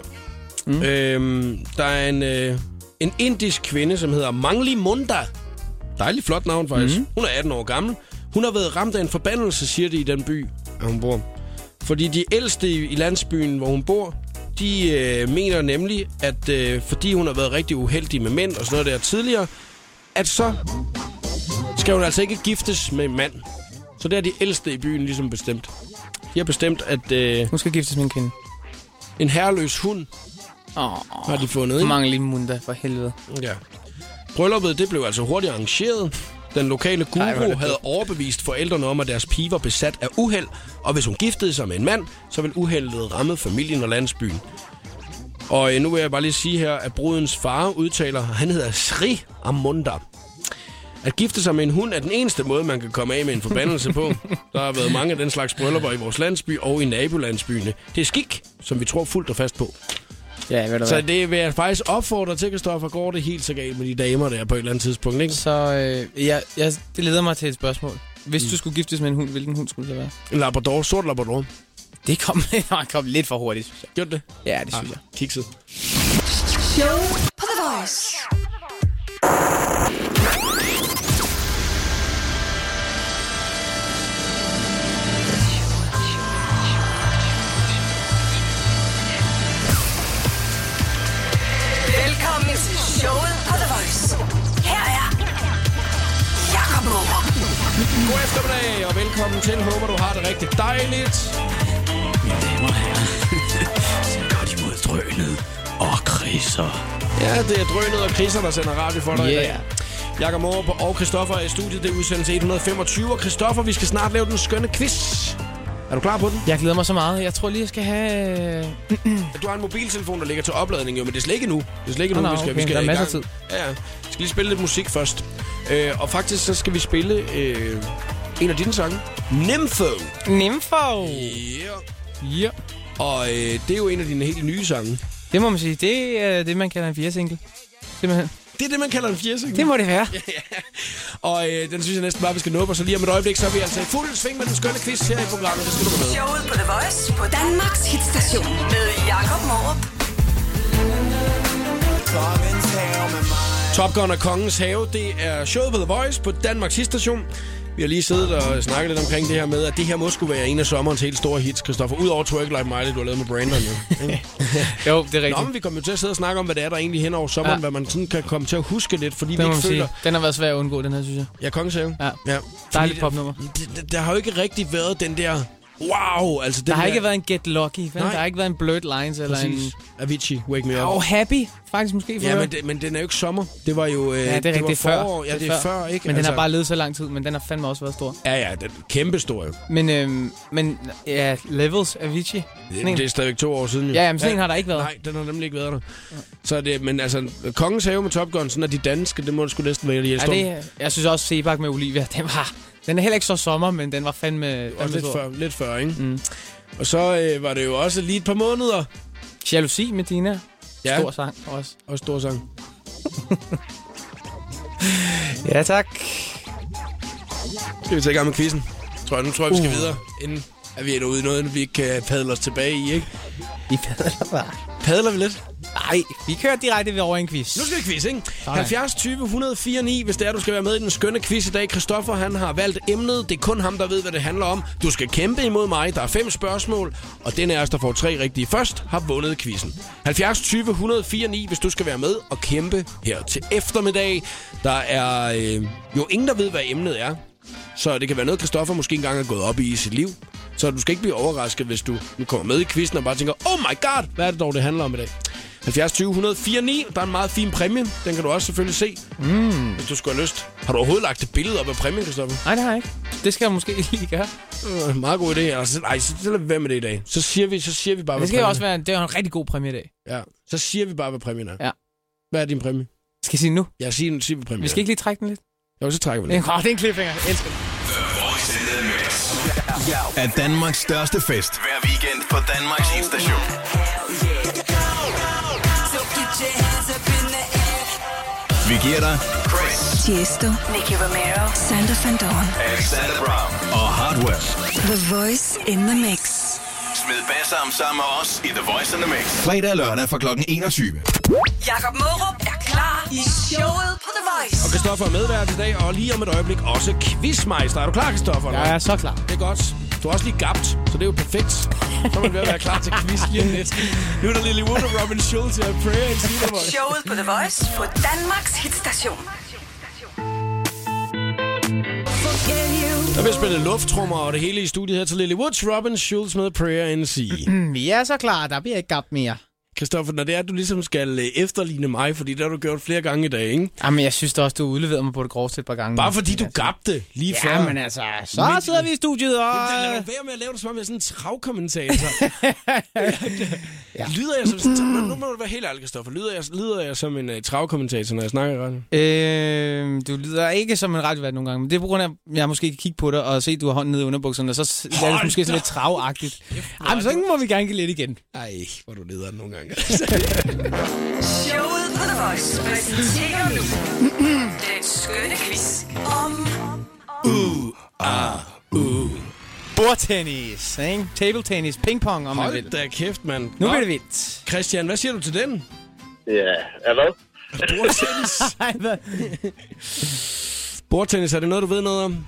[SPEAKER 2] Mm.
[SPEAKER 1] Mm. Øhm, der er en, øh, en indisk kvinde, som hedder Mangli Munda. Dejligt flot navn, faktisk. Mm. Hun er 18 år gammel. Hun har været ramt af en forbandelse, siger de i den by, hvor hun bor. Fordi de ældste i, i landsbyen, hvor hun bor, de øh, mener nemlig, at øh, fordi hun har været rigtig uheldig med mænd og sådan noget der tidligere, at så skal hun altså ikke giftes med en mand. Så det er de ældste i byen ligesom bestemt. De har bestemt, at øh,
[SPEAKER 2] Nu skal giftes med en kvinde.
[SPEAKER 1] en herreløs hund
[SPEAKER 2] Åh,
[SPEAKER 1] har de fundet,
[SPEAKER 2] oh,
[SPEAKER 1] ikke?
[SPEAKER 2] mange lige munda for helvede.
[SPEAKER 1] Ja. Brylluppet det blev altså hurtigt arrangeret. Den lokale guru
[SPEAKER 2] Ej, hvor er det
[SPEAKER 1] Ej, havde overbevist forældrene om, at deres pige var besat af uheld, og hvis hun giftede sig med en mand, så ville uheldet ramme familien og landsbyen. Og øh, nu vil jeg bare lige sige her, at brudens far udtaler, han hedder Sri Amunda. At gifte sig med en hund er den eneste måde, man kan komme af med en forbandelse
[SPEAKER 2] (laughs)
[SPEAKER 1] på. Der har været mange af den slags bryllupper i vores landsby og i nabolandsbyene. Det er skik, som vi tror fuldt og fast på.
[SPEAKER 2] Ja, ved du
[SPEAKER 1] Så det vil jeg faktisk opfordre til, Kristoffer, går det helt så galt med de damer der på et eller andet tidspunkt, ikke?
[SPEAKER 2] Så øh, jeg, jeg, det leder mig til et spørgsmål. Hvis mm. du skulle giftes med en hund, hvilken hund skulle det være?
[SPEAKER 1] En labrador, sort labrador.
[SPEAKER 2] (laughs) Det kom, nej, kom lidt for hurtigt, synes jeg.
[SPEAKER 1] Gjorde det?
[SPEAKER 2] Ja, det synes jeg.
[SPEAKER 1] Kikset.
[SPEAKER 4] Show på The Voice.
[SPEAKER 9] Velkommen til showet på The Voice.
[SPEAKER 4] Her er Jakob Møller.
[SPEAKER 1] God eftermiddag, og velkommen til. Håber, du har det rigtig dejligt.
[SPEAKER 3] Mine damer og herrer, (laughs) tag godt imod drønet og kriser.
[SPEAKER 1] Ja, det er Drønet og Chriser, der sender radio for dig i dag.
[SPEAKER 2] Yeah.
[SPEAKER 1] Jakob Morup og Kristoffer er i studiet. Det er udsendelse 125. Og Kristoffer, vi skal snart lave den skønne quiz. Er du klar på den?
[SPEAKER 2] Jeg glæder mig så meget. Jeg tror lige, jeg skal have... øh,
[SPEAKER 1] Du har en mobiltelefon, der ligger til opladning, jo, men det er slet ikke nu. Det er slet ikke
[SPEAKER 2] Nå,
[SPEAKER 1] nu,
[SPEAKER 2] nå,
[SPEAKER 1] vi skal,
[SPEAKER 2] okay.
[SPEAKER 1] vi skal
[SPEAKER 2] Der er
[SPEAKER 1] i
[SPEAKER 2] masser af
[SPEAKER 1] gang. Ja, ja. Vi skal lige spille lidt musik først. Øh, og faktisk så skal vi spille øh, en af dine sange. Nympho.
[SPEAKER 2] Nympho!
[SPEAKER 1] Ja.
[SPEAKER 2] Ja.
[SPEAKER 1] Og øh, det er jo en af dine helt nye sange.
[SPEAKER 2] Det må man sige. Det er øh, det, man kalder en fire single. Simpelthen.
[SPEAKER 1] Det er det, man kalder en fjersing.
[SPEAKER 2] Det må det være.
[SPEAKER 1] Og øh, den synes jeg næsten bare, vi skal nå på. Så lige om et øjeblik, så er vi altså i fuld sving med den skønne quiz her i programmet. Det skal du med.
[SPEAKER 9] Showet på The Voice på Danmarks hitstation med Jakob Morup.
[SPEAKER 1] Top Gun og Kongens Have, det er showet på The Voice på Danmarks station. Vi har lige siddet og snakket lidt omkring det her med, at det her må skulle være en af sommerens helt store hits, Christoffer. Udover Twerk Like Miley, du har lavet med Brandon.
[SPEAKER 2] (laughs)
[SPEAKER 1] Jo. ikke?
[SPEAKER 2] (laughs) Jo, det er
[SPEAKER 1] Nå,
[SPEAKER 2] rigtigt.
[SPEAKER 1] men vi kommer jo til at sidde og snakke om, hvad det er, der egentlig hen over sommeren, ja. hvad
[SPEAKER 2] Ja.
[SPEAKER 1] man sådan kan komme til at huske lidt, fordi
[SPEAKER 2] Det
[SPEAKER 1] vi
[SPEAKER 2] må
[SPEAKER 1] ikke
[SPEAKER 2] man sige.
[SPEAKER 1] føler...
[SPEAKER 2] Den har været svær at undgå, den her, synes jeg.
[SPEAKER 1] Ja, Kongens Have.
[SPEAKER 2] Ja.
[SPEAKER 1] ja.
[SPEAKER 2] Dejligt
[SPEAKER 1] Fordi- øh,
[SPEAKER 2] popnummer.
[SPEAKER 1] Det- det- Der har jo ikke rigtig været den der... Wow! Altså den
[SPEAKER 2] Der har
[SPEAKER 1] der,
[SPEAKER 2] ikke været en Get Lucky. vel?
[SPEAKER 1] Nej.
[SPEAKER 2] Der har ikke været en Blurred Lines eller
[SPEAKER 1] Præcis. Avicii, Wake Me
[SPEAKER 2] en...
[SPEAKER 1] Up.
[SPEAKER 2] Og Happy, faktisk måske. For
[SPEAKER 1] Ja, men,
[SPEAKER 2] øvrigt.
[SPEAKER 1] det, men den er jo ikke sommer. Det var jo øh,
[SPEAKER 2] ja, det er
[SPEAKER 1] det var
[SPEAKER 2] rigtigt før.
[SPEAKER 1] forår. Ja, det er før, ikke? Altså,
[SPEAKER 2] Men den har bare levet så lang tid, men den har fandme også været stor.
[SPEAKER 1] Ja, ja, den er kæmpestor jo.
[SPEAKER 2] Men, øhm, men ja, Levels Avicii. Sådan en-
[SPEAKER 1] Det er stadigvæk to år siden jo.
[SPEAKER 2] Ja, ja, men sådan en har der ikke været.
[SPEAKER 1] Nej, den har nemlig ikke været der. Så er det, men altså, Kongens Have med Top Gun, sådan er de danske, det må det sgu næsten være. Jeg
[SPEAKER 2] Ja,
[SPEAKER 1] står-
[SPEAKER 2] det, jeg synes også, Sebak med Olivia, (laughs) den var... Den er heller ikke så sommer, men den var fandme...
[SPEAKER 1] også
[SPEAKER 2] fandme
[SPEAKER 1] lidt
[SPEAKER 2] stor.
[SPEAKER 1] før, lidt før, ikke? Mm. Og så øh, var det jo også lige et par måneder.
[SPEAKER 2] Jalousi med Dina.
[SPEAKER 1] Ja,
[SPEAKER 2] Stor sang også.
[SPEAKER 1] og stor sang.
[SPEAKER 2] Ja, tak.
[SPEAKER 1] Skal vi tage i gang med quizzen? Tror jeg, nu tror jeg, vi
[SPEAKER 2] Uh.
[SPEAKER 1] skal videre, inden at vi er ude i noget, vi ikke kan padle os tilbage i, ikke?
[SPEAKER 2] I padler bare.
[SPEAKER 1] Padler vi lidt?
[SPEAKER 2] Nej, vi kører direkte ved over en quiz.
[SPEAKER 1] Nu skal vi quiz, ikke?
[SPEAKER 2] Sådan.
[SPEAKER 1] 70 20 104 9, hvis det er, du skal være med i den skønne quiz i dag. Christoffer, han har valgt emnet. Det er kun ham, der ved, hvad det handler om. Du skal kæmpe imod mig. Der er fem spørgsmål, og den af os, der får tre rigtige først, har vundet quizzen. 70 20 104 9, hvis du skal være med og kæmpe her til eftermiddag. Der er øh, jo ingen, der ved, hvad emnet er. Så det kan være noget, Christoffer måske engang er gået op i i sit liv. Så du skal ikke blive overrasket, hvis du nu kommer med i quizzen og bare tænker, oh my god, hvad er det dog, det handler om i dag? 70 20 104 9. Der er en meget fin præmie. Den kan du også selvfølgelig se, mm. hvis du skulle have lyst. Har du overhovedet lagt et billede op af præmien, Christoffer?
[SPEAKER 2] Nej, det har jeg ikke. Det skal jeg måske (laughs) lige gøre.
[SPEAKER 1] Øh, meget god idé. Altså, nej, så lad være med det i dag. Så siger vi, så siger vi bare,
[SPEAKER 2] Det
[SPEAKER 1] hvad
[SPEAKER 2] skal jo
[SPEAKER 1] præmien
[SPEAKER 2] også være en, det er jo en rigtig god præmie i dag.
[SPEAKER 1] er. Ja. Så siger vi bare, hvad præmien er.
[SPEAKER 2] Ja.
[SPEAKER 1] Hvad er din præmie?
[SPEAKER 2] Skal jeg sige den nu?
[SPEAKER 1] Jeg siger, siger vi præmien.
[SPEAKER 2] Vi skal ikke lige trække den lidt?
[SPEAKER 1] Jo, så trækker vi
[SPEAKER 2] Det er
[SPEAKER 1] den.
[SPEAKER 2] en, oh, det er en cliffhanger. Jeg elsker den.
[SPEAKER 6] Er Danmarks største fest. Hver weekend på Danmarks oh, station.
[SPEAKER 9] So get your hands up in the air.
[SPEAKER 6] Vi giver dig Chris,
[SPEAKER 4] Tiesto,
[SPEAKER 9] Nicky Romero.
[SPEAKER 4] Sander Van Dorn,
[SPEAKER 6] Alexander Brown og Hardware.
[SPEAKER 4] The Voice in the Mix.
[SPEAKER 6] Smid bassarm sammen med os i The Voice and the Mix. Fredag og lørdag fra klokken 21.
[SPEAKER 9] Jakob Morup er klar i showet på The Voice.
[SPEAKER 1] Og Christoffer er medvært i dag, og lige om et øjeblik også quizmeister. Er du klar, Christoffer?
[SPEAKER 2] Jeg er så klar.
[SPEAKER 1] Det er godt. Du har også lige gabt, så det er jo perfekt. Så er man ved at være klar til quiz lige om lidt. Nu er der Lily Wood og Robin Schulz her. Prayer and Cinnamon.
[SPEAKER 9] Showet på The Voice på Danmarks hitstation.
[SPEAKER 1] Der bliver spillet lufttrummer og det hele i studiet her til Lily Woods, Robin Schulz med Prayer and Sea.
[SPEAKER 2] Mm, Vi er så klar. Der bliver ikke gabt mere.
[SPEAKER 1] Christoffer, når det er, at du ligesom skal øh, efterligne mig, fordi det har du gjort flere gange i dag, ikke?
[SPEAKER 2] Jamen, jeg synes da også, du udleverede mig på det groveste et par gange. Altså.
[SPEAKER 1] Bare fordi du gabte lige før.
[SPEAKER 2] Ja, men altså, så sidder vi i studiet og...
[SPEAKER 1] Lad nu være med at lave det, som om jeg er sådan en travkommentator. (laughs) ja. Lyder jeg som... Nu nu må du være helt ærlig, Christoffer. Lyder jeg, lyder jeg som en uh, travkommentator, når jeg snakker i radioen?
[SPEAKER 2] Øh, du lyder ikke som en radiovært nogle gange, men det er på grund af, at jeg måske kan kigge på dig og se, at du har hånden nede i underbukserne, og så s- er det
[SPEAKER 1] Hold
[SPEAKER 2] måske sådan
[SPEAKER 1] da
[SPEAKER 2] lidt travagtigt. Jamen, så må vi gerne give lidt igen.
[SPEAKER 1] Ej, hvor du leder nogle gange. (laughs)
[SPEAKER 9] Showet på The Voice præsenterer nu den skønne quiz om
[SPEAKER 2] Bordtennis, ikke? Table tennis, pingpong, om man vil.
[SPEAKER 1] Hold da kæft, mand.
[SPEAKER 2] Nu
[SPEAKER 1] Nå,
[SPEAKER 2] bliver det vildt.
[SPEAKER 1] Christian, hvad siger du til den?
[SPEAKER 10] Ja, er hvad? (laughs)
[SPEAKER 1] Bordtennis.
[SPEAKER 2] Ej, hvad?
[SPEAKER 1] bordtennis, er det noget, du ved noget om?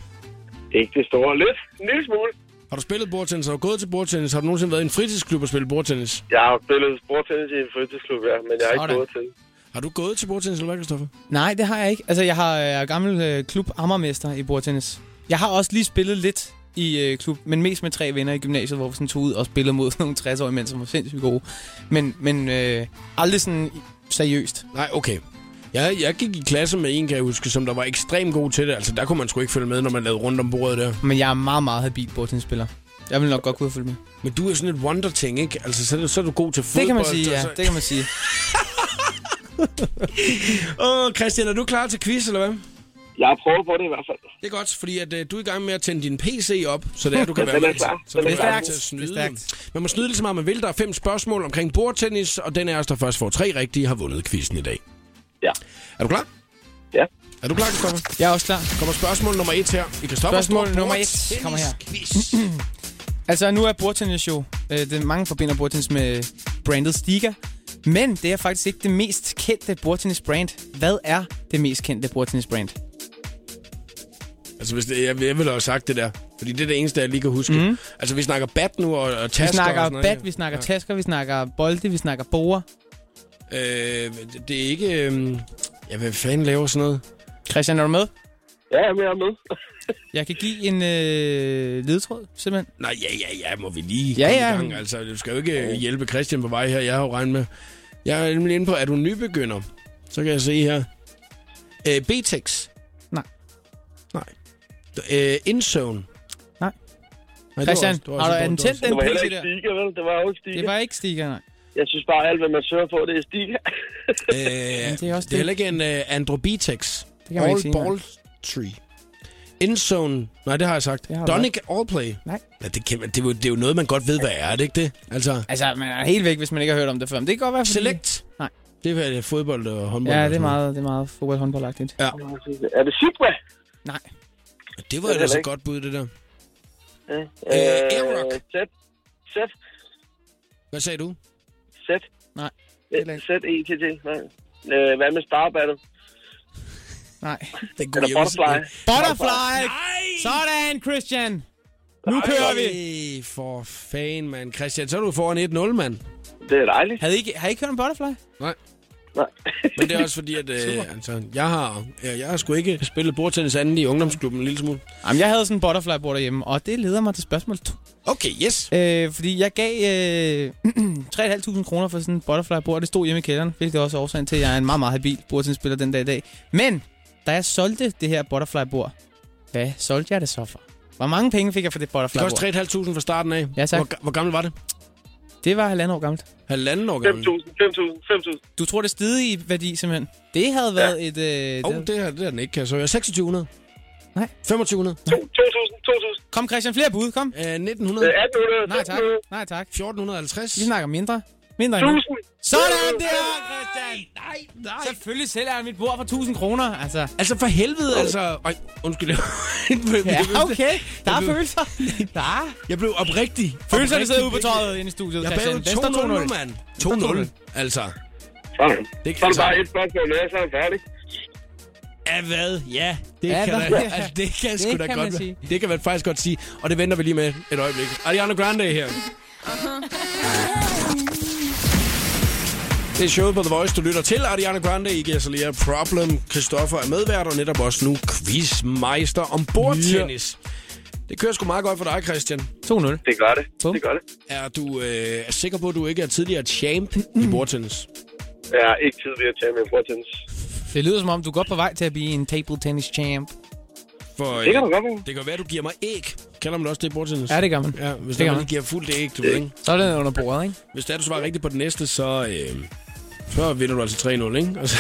[SPEAKER 10] Ikke det store. Lidt. En lille smule.
[SPEAKER 1] Har du spillet bordtennis? Har du gået til bordtennis? Har du nogensinde været i en fritidsklub og spillet bordtennis?
[SPEAKER 10] Jeg har spillet bordtennis i en fritidsklub, ja, men jeg har ikke
[SPEAKER 2] Sådan.
[SPEAKER 10] gået til. det.
[SPEAKER 1] Har du gået til bordtennis, eller hvad, Christoffer?
[SPEAKER 2] Nej, det har jeg ikke. Altså, jeg har jeg er gammel øh, klub ammermester i bordtennis. Jeg har også lige spillet lidt i øh, klub, men mest med tre venner i gymnasiet, hvor vi sådan tog ud og spillede mod (laughs) sådan nogle 60-årige mænd, som var sindssygt gode. Men, men øh, aldrig sådan seriøst.
[SPEAKER 1] Nej, okay. Jeg, jeg gik i klasse med en, kan jeg huske, som der var ekstremt god til det. Altså, der kunne man sgu ikke følge med, når man lavede rundt om bordet der.
[SPEAKER 2] Men jeg er meget, meget habil bordtennisspiller. Jeg vil nok godt kunne følge med.
[SPEAKER 1] Men du er sådan et wonder-ting, ikke? Altså, så er, du, så er du god til fodbold. altså-
[SPEAKER 2] Det kan man sige,
[SPEAKER 1] og
[SPEAKER 2] ja.
[SPEAKER 1] så-
[SPEAKER 2] Det kan man sige.
[SPEAKER 1] Åh, Christian, er du klar til quiz, eller hvad?
[SPEAKER 10] Jeg har prøvet på det i hvert fald.
[SPEAKER 1] Det er godt, fordi at, øh, du er i gang med at tænde din PC op, så det er,
[SPEAKER 10] (laughs)
[SPEAKER 1] du kan
[SPEAKER 10] Den
[SPEAKER 1] være
[SPEAKER 10] er
[SPEAKER 1] med, til-
[SPEAKER 10] klar.
[SPEAKER 1] så du
[SPEAKER 10] Den
[SPEAKER 1] kan
[SPEAKER 10] er
[SPEAKER 1] være med
[SPEAKER 10] stærk.
[SPEAKER 1] til at snyde.
[SPEAKER 2] Det er stærkt.
[SPEAKER 1] den. Man må snyde lige så meget, man vil. Der er fem spørgsmål omkring bordtennis, og den af os, der først får tre rigtige, har vundet quizzen i dag.
[SPEAKER 10] Ja.
[SPEAKER 1] Er du klar?
[SPEAKER 10] Ja.
[SPEAKER 1] Er du klar, Kristoffer?
[SPEAKER 2] Jeg er også klar.
[SPEAKER 1] Kommer spørgsmål nummer et her i Kristoffer.
[SPEAKER 2] Spørgsmål nummer et kommer her. altså, nu er bordtennis jo... Øh, det, mange forbinder bordtennis med brandet Stiga. Men det er faktisk ikke det mest kendte bordtennis-brand. Hvad er det mest kendte bordtennis-brand?
[SPEAKER 1] Altså, hvis det, jeg, jeg ville have sagt det der. Fordi det er det eneste, jeg lige kan huske. Mm. Altså, vi snakker bat nu og, og tasker
[SPEAKER 2] Mhm. Vi
[SPEAKER 1] og
[SPEAKER 2] snakker
[SPEAKER 1] sådan
[SPEAKER 2] bat, vi snakker tasker, vi snakker bolde, vi snakker borer.
[SPEAKER 1] noget. Øh, det- det er ikke... Øh, ja, hvad fanden laver sådan noget?
[SPEAKER 2] Christian, er du med?
[SPEAKER 10] Ja, men jeg er med.
[SPEAKER 2] Jeg kan give en øh, ledtråd, simpelthen.
[SPEAKER 1] Nej, ja, ja, ja, må vi lige
[SPEAKER 2] Ja,
[SPEAKER 1] ja, ja.
[SPEAKER 2] ja.
[SPEAKER 1] i gang. Altså, du skal jo ikke øh, hjælpe Christian på vej her. Jeg har jo regnet med... Jeg er nemlig inde på, er du nybegynder? Så kan jeg se her. Øh, Betex.
[SPEAKER 2] Nej.
[SPEAKER 1] Nej. Øh, Inzone.
[SPEAKER 2] Nej.
[SPEAKER 1] Nej,
[SPEAKER 2] Christian,
[SPEAKER 1] det var også- det var også- det
[SPEAKER 2] har du
[SPEAKER 1] var også-
[SPEAKER 2] antændt den
[SPEAKER 10] Det var heller
[SPEAKER 2] pølse
[SPEAKER 10] ikke
[SPEAKER 2] der?
[SPEAKER 10] stikke, vel? Det var jo ikke stikke.
[SPEAKER 2] Det var ikke Stiga, nej.
[SPEAKER 10] Jeg synes bare, alt, hvad man søger på, det er stikke.
[SPEAKER 1] Øh,
[SPEAKER 2] det
[SPEAKER 1] det
[SPEAKER 2] er også
[SPEAKER 1] er
[SPEAKER 2] det.
[SPEAKER 1] heller ikke en uh, Androbitex. Det
[SPEAKER 2] kan man ikke sige, nej.
[SPEAKER 1] Ball Tree. Indzone. Nej, det har jeg sagt.
[SPEAKER 2] Det har du
[SPEAKER 1] Donic Allplay.
[SPEAKER 2] Nej.
[SPEAKER 1] Ja, det, kan, man- det, er jo, det er jo noget, man godt ved, hvad er, er det ikke det? Altså,
[SPEAKER 2] Altså, man er helt væk, hvis man ikke har hørt om det før. Men det kan godt være, fordi...
[SPEAKER 1] Select.
[SPEAKER 2] Nej.
[SPEAKER 1] Det er vel, øh, fodbold og håndbold.
[SPEAKER 2] Ja,
[SPEAKER 1] og
[SPEAKER 2] det er
[SPEAKER 1] sådan noget.
[SPEAKER 2] meget, det er meget fodboldhåndboldagtigt.
[SPEAKER 1] Ja.
[SPEAKER 10] Er det Zebra?
[SPEAKER 2] Nej.
[SPEAKER 1] Det var
[SPEAKER 10] Det er
[SPEAKER 1] ellers
[SPEAKER 10] det
[SPEAKER 1] et
[SPEAKER 10] ikke.
[SPEAKER 1] godt bud, det der.
[SPEAKER 10] Ja.
[SPEAKER 1] Øh, Aerox.
[SPEAKER 10] Sæt. Sæt.
[SPEAKER 1] Hvad sagde du?
[SPEAKER 10] Sæt.
[SPEAKER 2] Nej.
[SPEAKER 10] Øh, Sæt ETT. Nej. Øh, hvad med Star Battle?
[SPEAKER 2] Nej.
[SPEAKER 1] Det
[SPEAKER 10] Eller Butterfly?
[SPEAKER 2] Butterfly! Sådan, Christian! Nu kører vi!
[SPEAKER 1] Ej, for fan, mand. Christian, så er du foran 1-0, mand.
[SPEAKER 10] Det er dejligt.
[SPEAKER 2] Havde I ikke, havde I ikke hørt om Butterfly?
[SPEAKER 1] Nej.
[SPEAKER 10] Nej. (laughs)
[SPEAKER 1] Men det er også fordi, at øh, altså, jeg har, ja, jeg har sgu ikke spillet bordtennis anden i ungdomsklubben en lille smule.
[SPEAKER 2] Jamen, jeg havde sådan en butterfly-bord derhjemme, og det leder mig til spørgsmål 2.
[SPEAKER 1] Okay, yes.
[SPEAKER 2] Øh, fordi jeg gav (clears throat) øh, 3.500 kroner for sådan en butterfly-bord, og det stod hjemme i kælderen, hvilket også er årsagen til, at jeg er en meget, meget habil bordtenspiller den dag i dag. Men, da jeg solgte det her butterfly-bord, hvad solgte jeg det så for? Hvor mange penge fik jeg for det
[SPEAKER 1] Det
[SPEAKER 2] butterfly-bord?
[SPEAKER 1] koster 3.500 fra starten af.
[SPEAKER 2] Ja, tak.
[SPEAKER 1] Hvor, ga- hvor gammel var det?
[SPEAKER 2] Det var halvandet år gammelt.
[SPEAKER 1] Halvanden år gammel.
[SPEAKER 10] 5.000. 5.000. 5.000.
[SPEAKER 2] Du tror, det stede i værdi, simpelthen? Det havde været et... Øh,
[SPEAKER 1] Åh, oh,
[SPEAKER 2] det...
[SPEAKER 1] det, her, det er den ikke, kan jeg så høre. 2600.
[SPEAKER 2] Nej.
[SPEAKER 1] 2500.
[SPEAKER 10] 2.000. 2.000.
[SPEAKER 2] Kom, Christian, flere bud, kom.
[SPEAKER 1] Øh,
[SPEAKER 10] Øh,
[SPEAKER 1] 1900.
[SPEAKER 10] 1800.
[SPEAKER 2] Nej tak,
[SPEAKER 10] 1500.
[SPEAKER 2] nej tak. Vi
[SPEAKER 1] 1450.
[SPEAKER 2] snakker mindre. Mindre end
[SPEAKER 10] 1000.
[SPEAKER 2] Sådan der, Christian! Nej, nej. Selvfølgelig sælger jeg mit bord for 1000 kroner, altså.
[SPEAKER 1] Altså for helvede, altså... Ej, undskyld. (laughs)
[SPEAKER 2] Ja,
[SPEAKER 1] jeg,
[SPEAKER 2] okay. Der er
[SPEAKER 1] Jeg blev-
[SPEAKER 2] følelser. Der er.
[SPEAKER 1] jeg blev oprigtig.
[SPEAKER 2] (laughs) Følelserne
[SPEAKER 1] Oprigtig
[SPEAKER 2] sidder ude på
[SPEAKER 1] vigtig.
[SPEAKER 2] tøjet inde i studiet,
[SPEAKER 1] Jeg
[SPEAKER 2] Christian. Den står
[SPEAKER 1] bagede 2-0, mand. 2-0, altså.
[SPEAKER 10] Sådan.
[SPEAKER 1] Det-
[SPEAKER 10] Så er det
[SPEAKER 1] altså-
[SPEAKER 10] bare et spørgsmål, og så er jeg færdig.
[SPEAKER 1] Ja, hvad? Ja, det
[SPEAKER 2] Ja,
[SPEAKER 1] kan,
[SPEAKER 2] hvad?
[SPEAKER 1] da, altså, det kan jeg sgu
[SPEAKER 2] Det
[SPEAKER 1] da
[SPEAKER 2] kan
[SPEAKER 1] godt
[SPEAKER 2] man
[SPEAKER 1] være.
[SPEAKER 2] sige.
[SPEAKER 1] Det kan man faktisk godt sige. Og det venter vi lige med et øjeblik. Ariana Grande her. Det er showet på The Voice, du lytter til. Ariana Grande, I giver lige Problem. Christoffer er medvært, og netop også nu quizmeister om bordtennis. Det kører sgu meget godt for dig, Christian.
[SPEAKER 2] 2-0.
[SPEAKER 10] Det gør det.
[SPEAKER 2] Bum.
[SPEAKER 10] Det gør det.
[SPEAKER 1] Er du øh, er sikker på, at du ikke er tidligere champ
[SPEAKER 2] Mm.
[SPEAKER 1] i bordtennis?
[SPEAKER 10] Jeg er ikke tidligere champion for tennis.
[SPEAKER 2] Det lyder som om, du er godt på vej til at blive en table tennis champ.
[SPEAKER 1] For, øh,
[SPEAKER 10] Det kan du godt være.
[SPEAKER 1] det kan være, du giver mig æg. Kalder man også det i bordtennis?
[SPEAKER 2] Ja, det gør man.
[SPEAKER 1] Ja, hvis
[SPEAKER 2] Det
[SPEAKER 1] det
[SPEAKER 2] gør
[SPEAKER 1] man
[SPEAKER 2] man.
[SPEAKER 1] lige giver fuldt æg, du ved, ikke?
[SPEAKER 2] Så er den under bordet, ikke?
[SPEAKER 1] Hvis det er, du svarer rigtigt på det næste, så, øh, så vinder du altså 3-0, ikke?
[SPEAKER 10] (laughs)
[SPEAKER 1] Altså,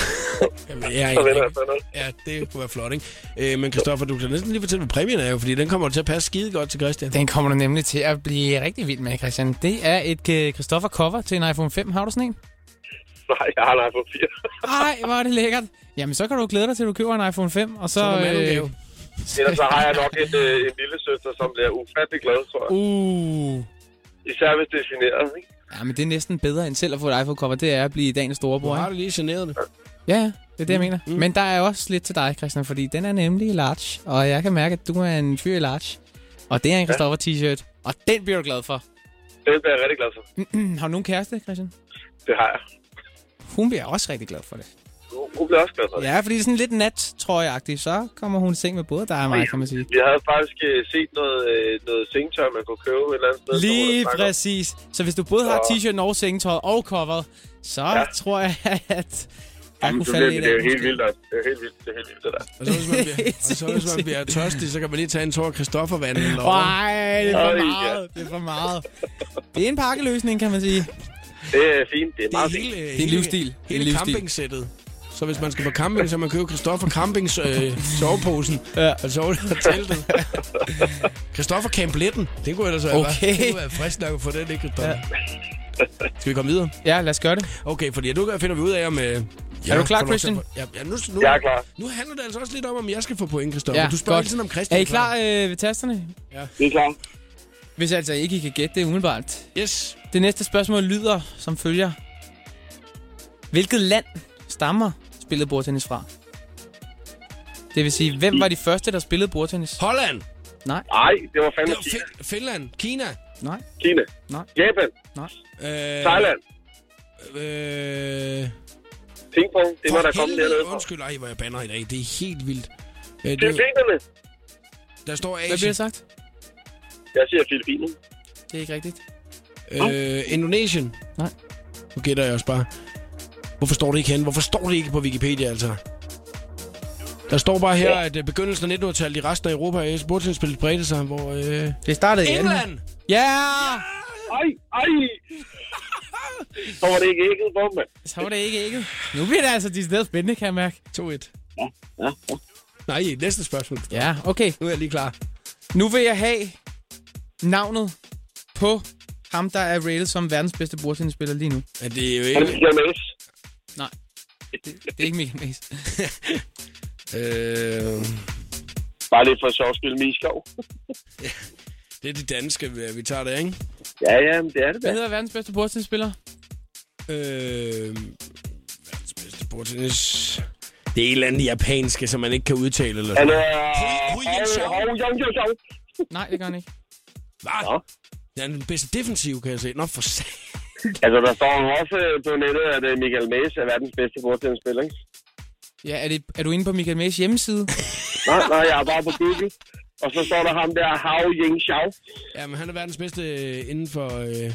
[SPEAKER 1] jamen, ja,
[SPEAKER 10] Så vender jeg
[SPEAKER 1] ikke.
[SPEAKER 10] sådan noget.
[SPEAKER 1] ja, det kunne være flot, ikke? Øh, men Kristoffer, du kan næsten lige fortælle, hvad præmien er jo, fordi den kommer til at passe skide godt til Christian.
[SPEAKER 2] Den kommer du nemlig til at blive rigtig vild med, Christian. Det er et øh, Christoffer cover til en iPhone 5. Har du sådan en?
[SPEAKER 10] Nej, jeg har en iPhone 4.
[SPEAKER 2] Ej, hvor er det lækkert. Jamen, så kan du glæde dig til, at du køber en iPhone 5, og så... øh,
[SPEAKER 1] Så er der mandelgave.
[SPEAKER 10] Ellers så har jeg nok et, øh, en lille søster, som bliver ufattelig glad, tror jeg.
[SPEAKER 2] uh.
[SPEAKER 10] Især hvis det er generet, ikke?
[SPEAKER 2] Ja, men det er næsten bedre end selv at få et iPhone cover. Det er at blive dagens store
[SPEAKER 1] Du
[SPEAKER 2] bror,
[SPEAKER 1] har
[SPEAKER 2] ikke?
[SPEAKER 1] det lige generet det.
[SPEAKER 2] Ja, ja, det er det, jeg mener. Men der er også lidt til dig, Christian, fordi den er nemlig large. Og jeg kan mærke, at du er en fyr i large. Og det er en Christoffer t-shirt. Og den bliver du glad for. (clears throat)
[SPEAKER 10] Det bliver jeg rigtig glad for.
[SPEAKER 2] har du nogen kæreste, Christian?
[SPEAKER 10] Det har jeg.
[SPEAKER 2] Hun bliver også rigtig glad for det.
[SPEAKER 10] Hun- Hun bliver også glad for det.
[SPEAKER 2] Ja, fordi det er sådan lidt nat, tror jeg, så kommer hun i seng med både dig og mig, kan man sige.
[SPEAKER 10] Vi havde faktisk øh, set noget, øh, noget sengetøj, man kunne købe et eller andet sted. som hun
[SPEAKER 2] Lige
[SPEAKER 10] havde snakket om.
[SPEAKER 2] præcis. Så hvis du både har
[SPEAKER 10] Så-
[SPEAKER 2] t-shirten og sengetøjet og coveret, så ja. tror jeg, at der
[SPEAKER 10] Jamen,
[SPEAKER 2] kunne
[SPEAKER 10] du
[SPEAKER 2] falde
[SPEAKER 10] ved,
[SPEAKER 2] lidt
[SPEAKER 10] det er
[SPEAKER 2] af.
[SPEAKER 10] jo helt vildt, altså. det er jo helt vildt, det er helt vildt, det der.
[SPEAKER 1] Og så,
[SPEAKER 10] (laughs)
[SPEAKER 1] hvis man bliver, og så, hvis man bliver tørstig, så kan man lige tage en tår af Kristoffervand. eller-
[SPEAKER 2] Nej, det er
[SPEAKER 10] Øj,
[SPEAKER 2] for
[SPEAKER 10] ja.
[SPEAKER 2] meget. Det er for meget. Det er en pakkeløsning, kan man sige.
[SPEAKER 10] Det er fint, det er
[SPEAKER 1] Det
[SPEAKER 10] meget
[SPEAKER 1] er
[SPEAKER 10] fint.
[SPEAKER 1] hele,
[SPEAKER 2] en livsstil. Det er en
[SPEAKER 1] Hele
[SPEAKER 2] livsstil.
[SPEAKER 1] campingsættet. Så hvis man skal på camping, så man køber Christoffer Campings øh,
[SPEAKER 2] (laughs)
[SPEAKER 1] soveposen.
[SPEAKER 2] Ja.
[SPEAKER 1] Og sove og (laughs) teltet. Christoffer Campletten. Det kunne ellers være, hva'?
[SPEAKER 2] Okay.
[SPEAKER 1] Det kunne være frisk nok at få den, ikke, Christoffer? Ja. Skal vi komme videre?
[SPEAKER 2] Ja, lad os gøre det.
[SPEAKER 1] Okay, fordi nu finder vi ud af, om øh,
[SPEAKER 2] Er du
[SPEAKER 1] får
[SPEAKER 2] klar,
[SPEAKER 1] lov til at
[SPEAKER 2] Christian?
[SPEAKER 1] få- Ja, ja, nu, nu,
[SPEAKER 2] Jeg er klar.
[SPEAKER 1] Nu handler det altså også lidt om, om jeg skal få point, Christoffer. Ja, du spørger
[SPEAKER 2] godt.
[SPEAKER 1] hele tiden om Christian.
[SPEAKER 2] Er I klar øh, ved tasterne?
[SPEAKER 1] Ja.
[SPEAKER 10] Vi er klar.
[SPEAKER 2] Hvis altså ikke I kan gætte det umiddelbart.
[SPEAKER 1] Yes.
[SPEAKER 2] Det næste spørgsmål lyder som følger. Hvilket land stammer spillet bordtennis fra? Det vil sige, hvem var de første, der spillede bordtennis?
[SPEAKER 1] Holland!
[SPEAKER 2] Nej.
[SPEAKER 10] Nej, det var fandme
[SPEAKER 1] Det var
[SPEAKER 10] Kina.
[SPEAKER 1] Fin- Finland, Kina,
[SPEAKER 2] Nej.
[SPEAKER 10] Kina.
[SPEAKER 2] Nej.
[SPEAKER 10] Japan.
[SPEAKER 2] Nej.
[SPEAKER 1] øh,
[SPEAKER 10] Thailand.
[SPEAKER 1] Øh,
[SPEAKER 10] Pingpong. Det
[SPEAKER 1] for
[SPEAKER 10] var der kommet
[SPEAKER 1] helvede,
[SPEAKER 10] dernede fra.
[SPEAKER 1] Undskyld, ej, hvor jeg banner i dag. Det er helt vildt. Øh, det, er-
[SPEAKER 10] Filippinerne.
[SPEAKER 1] der står Asien.
[SPEAKER 2] Hvad bliver der sagt?
[SPEAKER 10] Jeg siger Filippinerne.
[SPEAKER 2] Det er ikke rigtigt.
[SPEAKER 1] Øh, Indonesien?
[SPEAKER 2] Nej.
[SPEAKER 1] Nu gætter jeg også bare. Hvorfor står det ikke hen? Hvorfor står det ikke på Wikipedia, altså? Der står bare her, at øh, begyndelsen af 1900-tallet i resten af Europa er bordtennisspillet bredte sig, hvor... Øh...
[SPEAKER 2] Det startede i anden.
[SPEAKER 1] England!
[SPEAKER 2] Ja!
[SPEAKER 10] Ej, ej. Så var det ikke ægget på, mand.
[SPEAKER 2] Så var det ikke ikke. Nu bliver det altså decideret spændende, kan jeg mærke.
[SPEAKER 1] 2-1. Nej, næste spørgsmål.
[SPEAKER 2] Ja, okay.
[SPEAKER 1] Nu er jeg lige klar.
[SPEAKER 2] Nu vil jeg have navnet på ham, der er rated som verdens bedste bordtennisspiller lige nu.
[SPEAKER 1] Ja, det er jo
[SPEAKER 10] Han
[SPEAKER 1] ikke...
[SPEAKER 10] siger Mads.
[SPEAKER 2] Det er ikke Michael Mays.
[SPEAKER 1] Øh...
[SPEAKER 10] Bare lidt for sjov skyld, Miskov.
[SPEAKER 1] Det er det danske, vi- vi tager det, ikke?
[SPEAKER 10] (laughs) Ja, ja, men det er det da.
[SPEAKER 2] Hvad hedder verdens bedste bordtennisspiller?
[SPEAKER 1] Øh... Verdens bedste bordtennis... Det er et eller andet japanske, som man ikke kan udtale, eller
[SPEAKER 10] Han
[SPEAKER 1] sådan
[SPEAKER 10] er...
[SPEAKER 1] Hu Yin Chong.
[SPEAKER 10] Hov, Jong Jong Jong.
[SPEAKER 2] Nej, det gør han ikke.
[SPEAKER 1] Hvad? Han er den bedste defensiv, kan jeg se. Nå, for satan.
[SPEAKER 10] Altså, der står jo også øh, på nettet, at øh, Michael Mays er verdens bedste bordtennisspiller, ikke?
[SPEAKER 2] Ja, er, det, er du inde på Michael Mays hjemmeside?
[SPEAKER 10] Nej, nej, jeg er bare på Google. Og så står der ham der, Hao Ying Xiao,
[SPEAKER 1] Ja, men han er verdens bedste øh, inden for... Øh,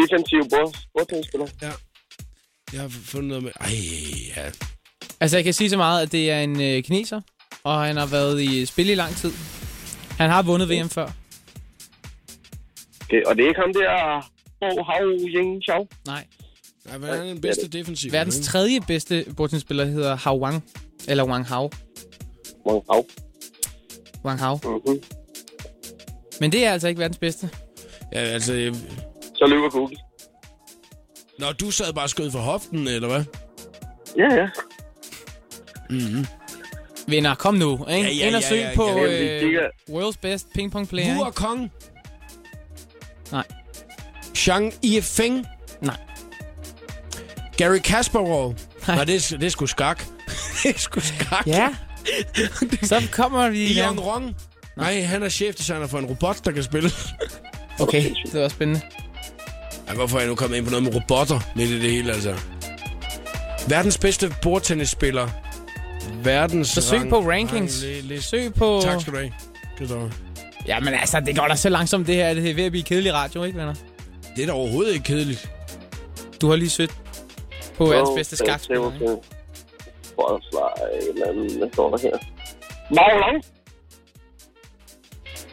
[SPEAKER 10] defensiv bord- bordtennisspiller.
[SPEAKER 1] jeg har fundet noget med... Ej, ja.
[SPEAKER 2] altså, jeg kan sige så meget, at det er en øh, kineser, og han har været i spil i lang tid. Han har vundet VM før.
[SPEAKER 10] Det, og det er ikke ham der, Bo Hao Ying Xiao.
[SPEAKER 2] Nej.
[SPEAKER 1] Nej, men han er den bedste defensiv.
[SPEAKER 2] Verdens
[SPEAKER 1] ikke?
[SPEAKER 2] tredje bedste bordtennisspiller hedder Hao Wang. Eller Wang Hao.
[SPEAKER 10] Mong Hao.
[SPEAKER 2] Wang Hao.
[SPEAKER 10] Mm-hmm.
[SPEAKER 2] Men det er altså ikke verdens bedste.
[SPEAKER 1] Ja, altså... øh,
[SPEAKER 10] Så løber Google.
[SPEAKER 1] Nå, du sad bare og skød for hoften, eller hvad?
[SPEAKER 10] Ja, ja.
[SPEAKER 2] Vinder, kom nu. Ikke? Ja, ja, Ind og søg ja, ja, på
[SPEAKER 10] ja. Jamen, vi
[SPEAKER 2] øh,
[SPEAKER 10] kigger.
[SPEAKER 2] World's Best Ping Pong Player.
[SPEAKER 1] Wu
[SPEAKER 2] ikke?
[SPEAKER 1] og Kong?
[SPEAKER 2] Nej.
[SPEAKER 1] Zhang Yifeng?
[SPEAKER 2] Nej.
[SPEAKER 1] Gary Kasparov?
[SPEAKER 2] Nej.
[SPEAKER 1] Nej, det, er- det er sgu skak. (laughs) det er sgu skak.
[SPEAKER 2] (laughs) Ja. Så kommer vi... i gang.
[SPEAKER 1] Ion Rong? Nej, han er chefdesigner for en robot, der kan spille.
[SPEAKER 2] Okay, det var spændende.
[SPEAKER 1] Ej, hvorfor er jeg nu kommet ind på noget med robotter midt i det hele, altså? Verdens bedste bordtennisspiller. Verdens
[SPEAKER 2] Så søg på rankings. Søg på...
[SPEAKER 1] Tak skal du have, Christoffer.
[SPEAKER 2] Jamen altså, det går da så langsomt det her. Det er ved at blive kedelig radio, ikke venner?
[SPEAKER 1] Det er da overhovedet ikke kedeligt.
[SPEAKER 2] Du har lige søgt på verdens bedste skakspiller. ikke?
[SPEAKER 10] øh, Butterfly, eller andet, hvad står der her? Mao Long.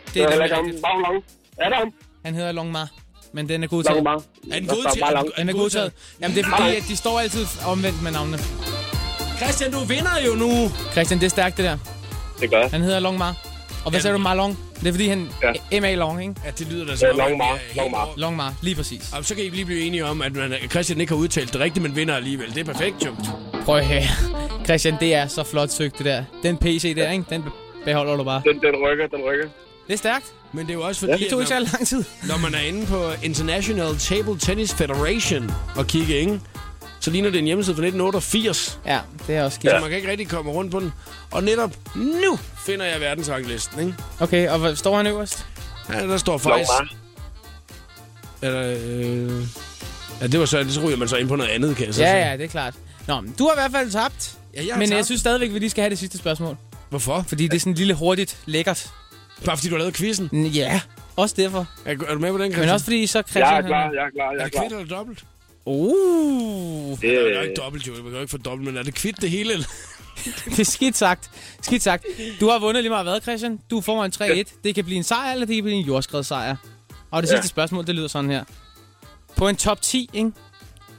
[SPEAKER 2] Det
[SPEAKER 10] Det
[SPEAKER 2] er
[SPEAKER 10] er
[SPEAKER 2] nemlig
[SPEAKER 10] heller ikke ham.
[SPEAKER 2] rigtigt.
[SPEAKER 10] Mao Long. Er det ham?
[SPEAKER 2] Han hedder Long Ma. Men den er god
[SPEAKER 10] Long
[SPEAKER 2] taget.
[SPEAKER 10] Ma.
[SPEAKER 1] Er den
[SPEAKER 10] Der
[SPEAKER 1] god
[SPEAKER 10] står
[SPEAKER 1] til?
[SPEAKER 10] Mao Long.
[SPEAKER 2] Den er god taget. Jamen det er fordi, at de står altid omvendt med navnene.
[SPEAKER 1] Christian, du vinder jo nu.
[SPEAKER 2] Christian, det er stærkt det der.
[SPEAKER 10] Det gør jeg.
[SPEAKER 2] Han hedder Long Ma. Og hvad sagde du, Ma Long? Det er fordi, han...
[SPEAKER 10] Ja.
[SPEAKER 2] M.A. Long, ikke?
[SPEAKER 1] Ja, det lyder da
[SPEAKER 10] Ja,
[SPEAKER 1] som
[SPEAKER 10] Long Ma.
[SPEAKER 1] at vi er
[SPEAKER 10] Long
[SPEAKER 1] helt
[SPEAKER 10] Ma.
[SPEAKER 1] over-
[SPEAKER 2] Long Ma, lige præcis.
[SPEAKER 1] Jamen, så kan I lige blive enige om, at man, Christian ikke har udtalt det rigtigt, men vinder alligevel. Det er perfekt, jo.
[SPEAKER 2] Prøv at høre. Christian, det er så flot søgt det der. Den PC der, ikke? Den beholder du bare.
[SPEAKER 10] Den, den rykker, den rykker.
[SPEAKER 2] Det er stærkt.
[SPEAKER 1] Men det er jo også fordi,
[SPEAKER 2] Det tog ikke
[SPEAKER 1] at
[SPEAKER 2] særlig lang tid.
[SPEAKER 1] når, når man er inde på International Table Tennis Federation og kigger ikke, så ligner det en hjemmeside fra 1988.
[SPEAKER 2] Ja, det er også skidt.
[SPEAKER 1] Ja. Så man kan ikke rigtig komme rundt på den. Og netop nu finder jeg verdensranglisten, ikke?
[SPEAKER 2] Okay, og hvor står han øverst?
[SPEAKER 1] Ja, der står
[SPEAKER 10] Long
[SPEAKER 1] faktisk...
[SPEAKER 10] Ma.
[SPEAKER 1] Eller, øh... Ja, det var så, så ryger man så ind på noget andet, kan jeg så
[SPEAKER 2] Ja,
[SPEAKER 1] sige.
[SPEAKER 2] ja, det er klart. Nå, men du har i hvert fald tabt.
[SPEAKER 1] ja jeg har
[SPEAKER 2] men
[SPEAKER 1] tabt.
[SPEAKER 2] jeg synes stadigvæk, vi lige skal have det sidste spørgsmål.
[SPEAKER 1] Hvorfor?
[SPEAKER 2] Fordi det er sådan en lille hurtigt lækkert.
[SPEAKER 1] Bare fordi du har lavet quizzen.
[SPEAKER 2] Mm, Ja, også derfor.
[SPEAKER 1] Er, er du med på den, Christian?
[SPEAKER 2] Men også fordi så Christian...
[SPEAKER 10] Jeg er
[SPEAKER 2] han-
[SPEAKER 10] klar, jeg er klar, jeg
[SPEAKER 1] Er
[SPEAKER 10] er
[SPEAKER 1] det
[SPEAKER 10] klar.
[SPEAKER 1] kvitt eller dobbelt?
[SPEAKER 2] Uh, (laughs)
[SPEAKER 1] Det er jo ikke dobbelt, jo. Man kan jo ikke få dobbelt, men er det kvitt det hele? Eller?
[SPEAKER 2] det er skidt sagt. Skidt sagt. Du har vundet lige meget hvad, Christian? Du er foran 3-1. Det kan blive en sejr, eller det kan blive en jordskredssejr. Og det
[SPEAKER 10] Ja.
[SPEAKER 2] sidste spørgsmål, det lyder sådan her. På en top 10, ikke?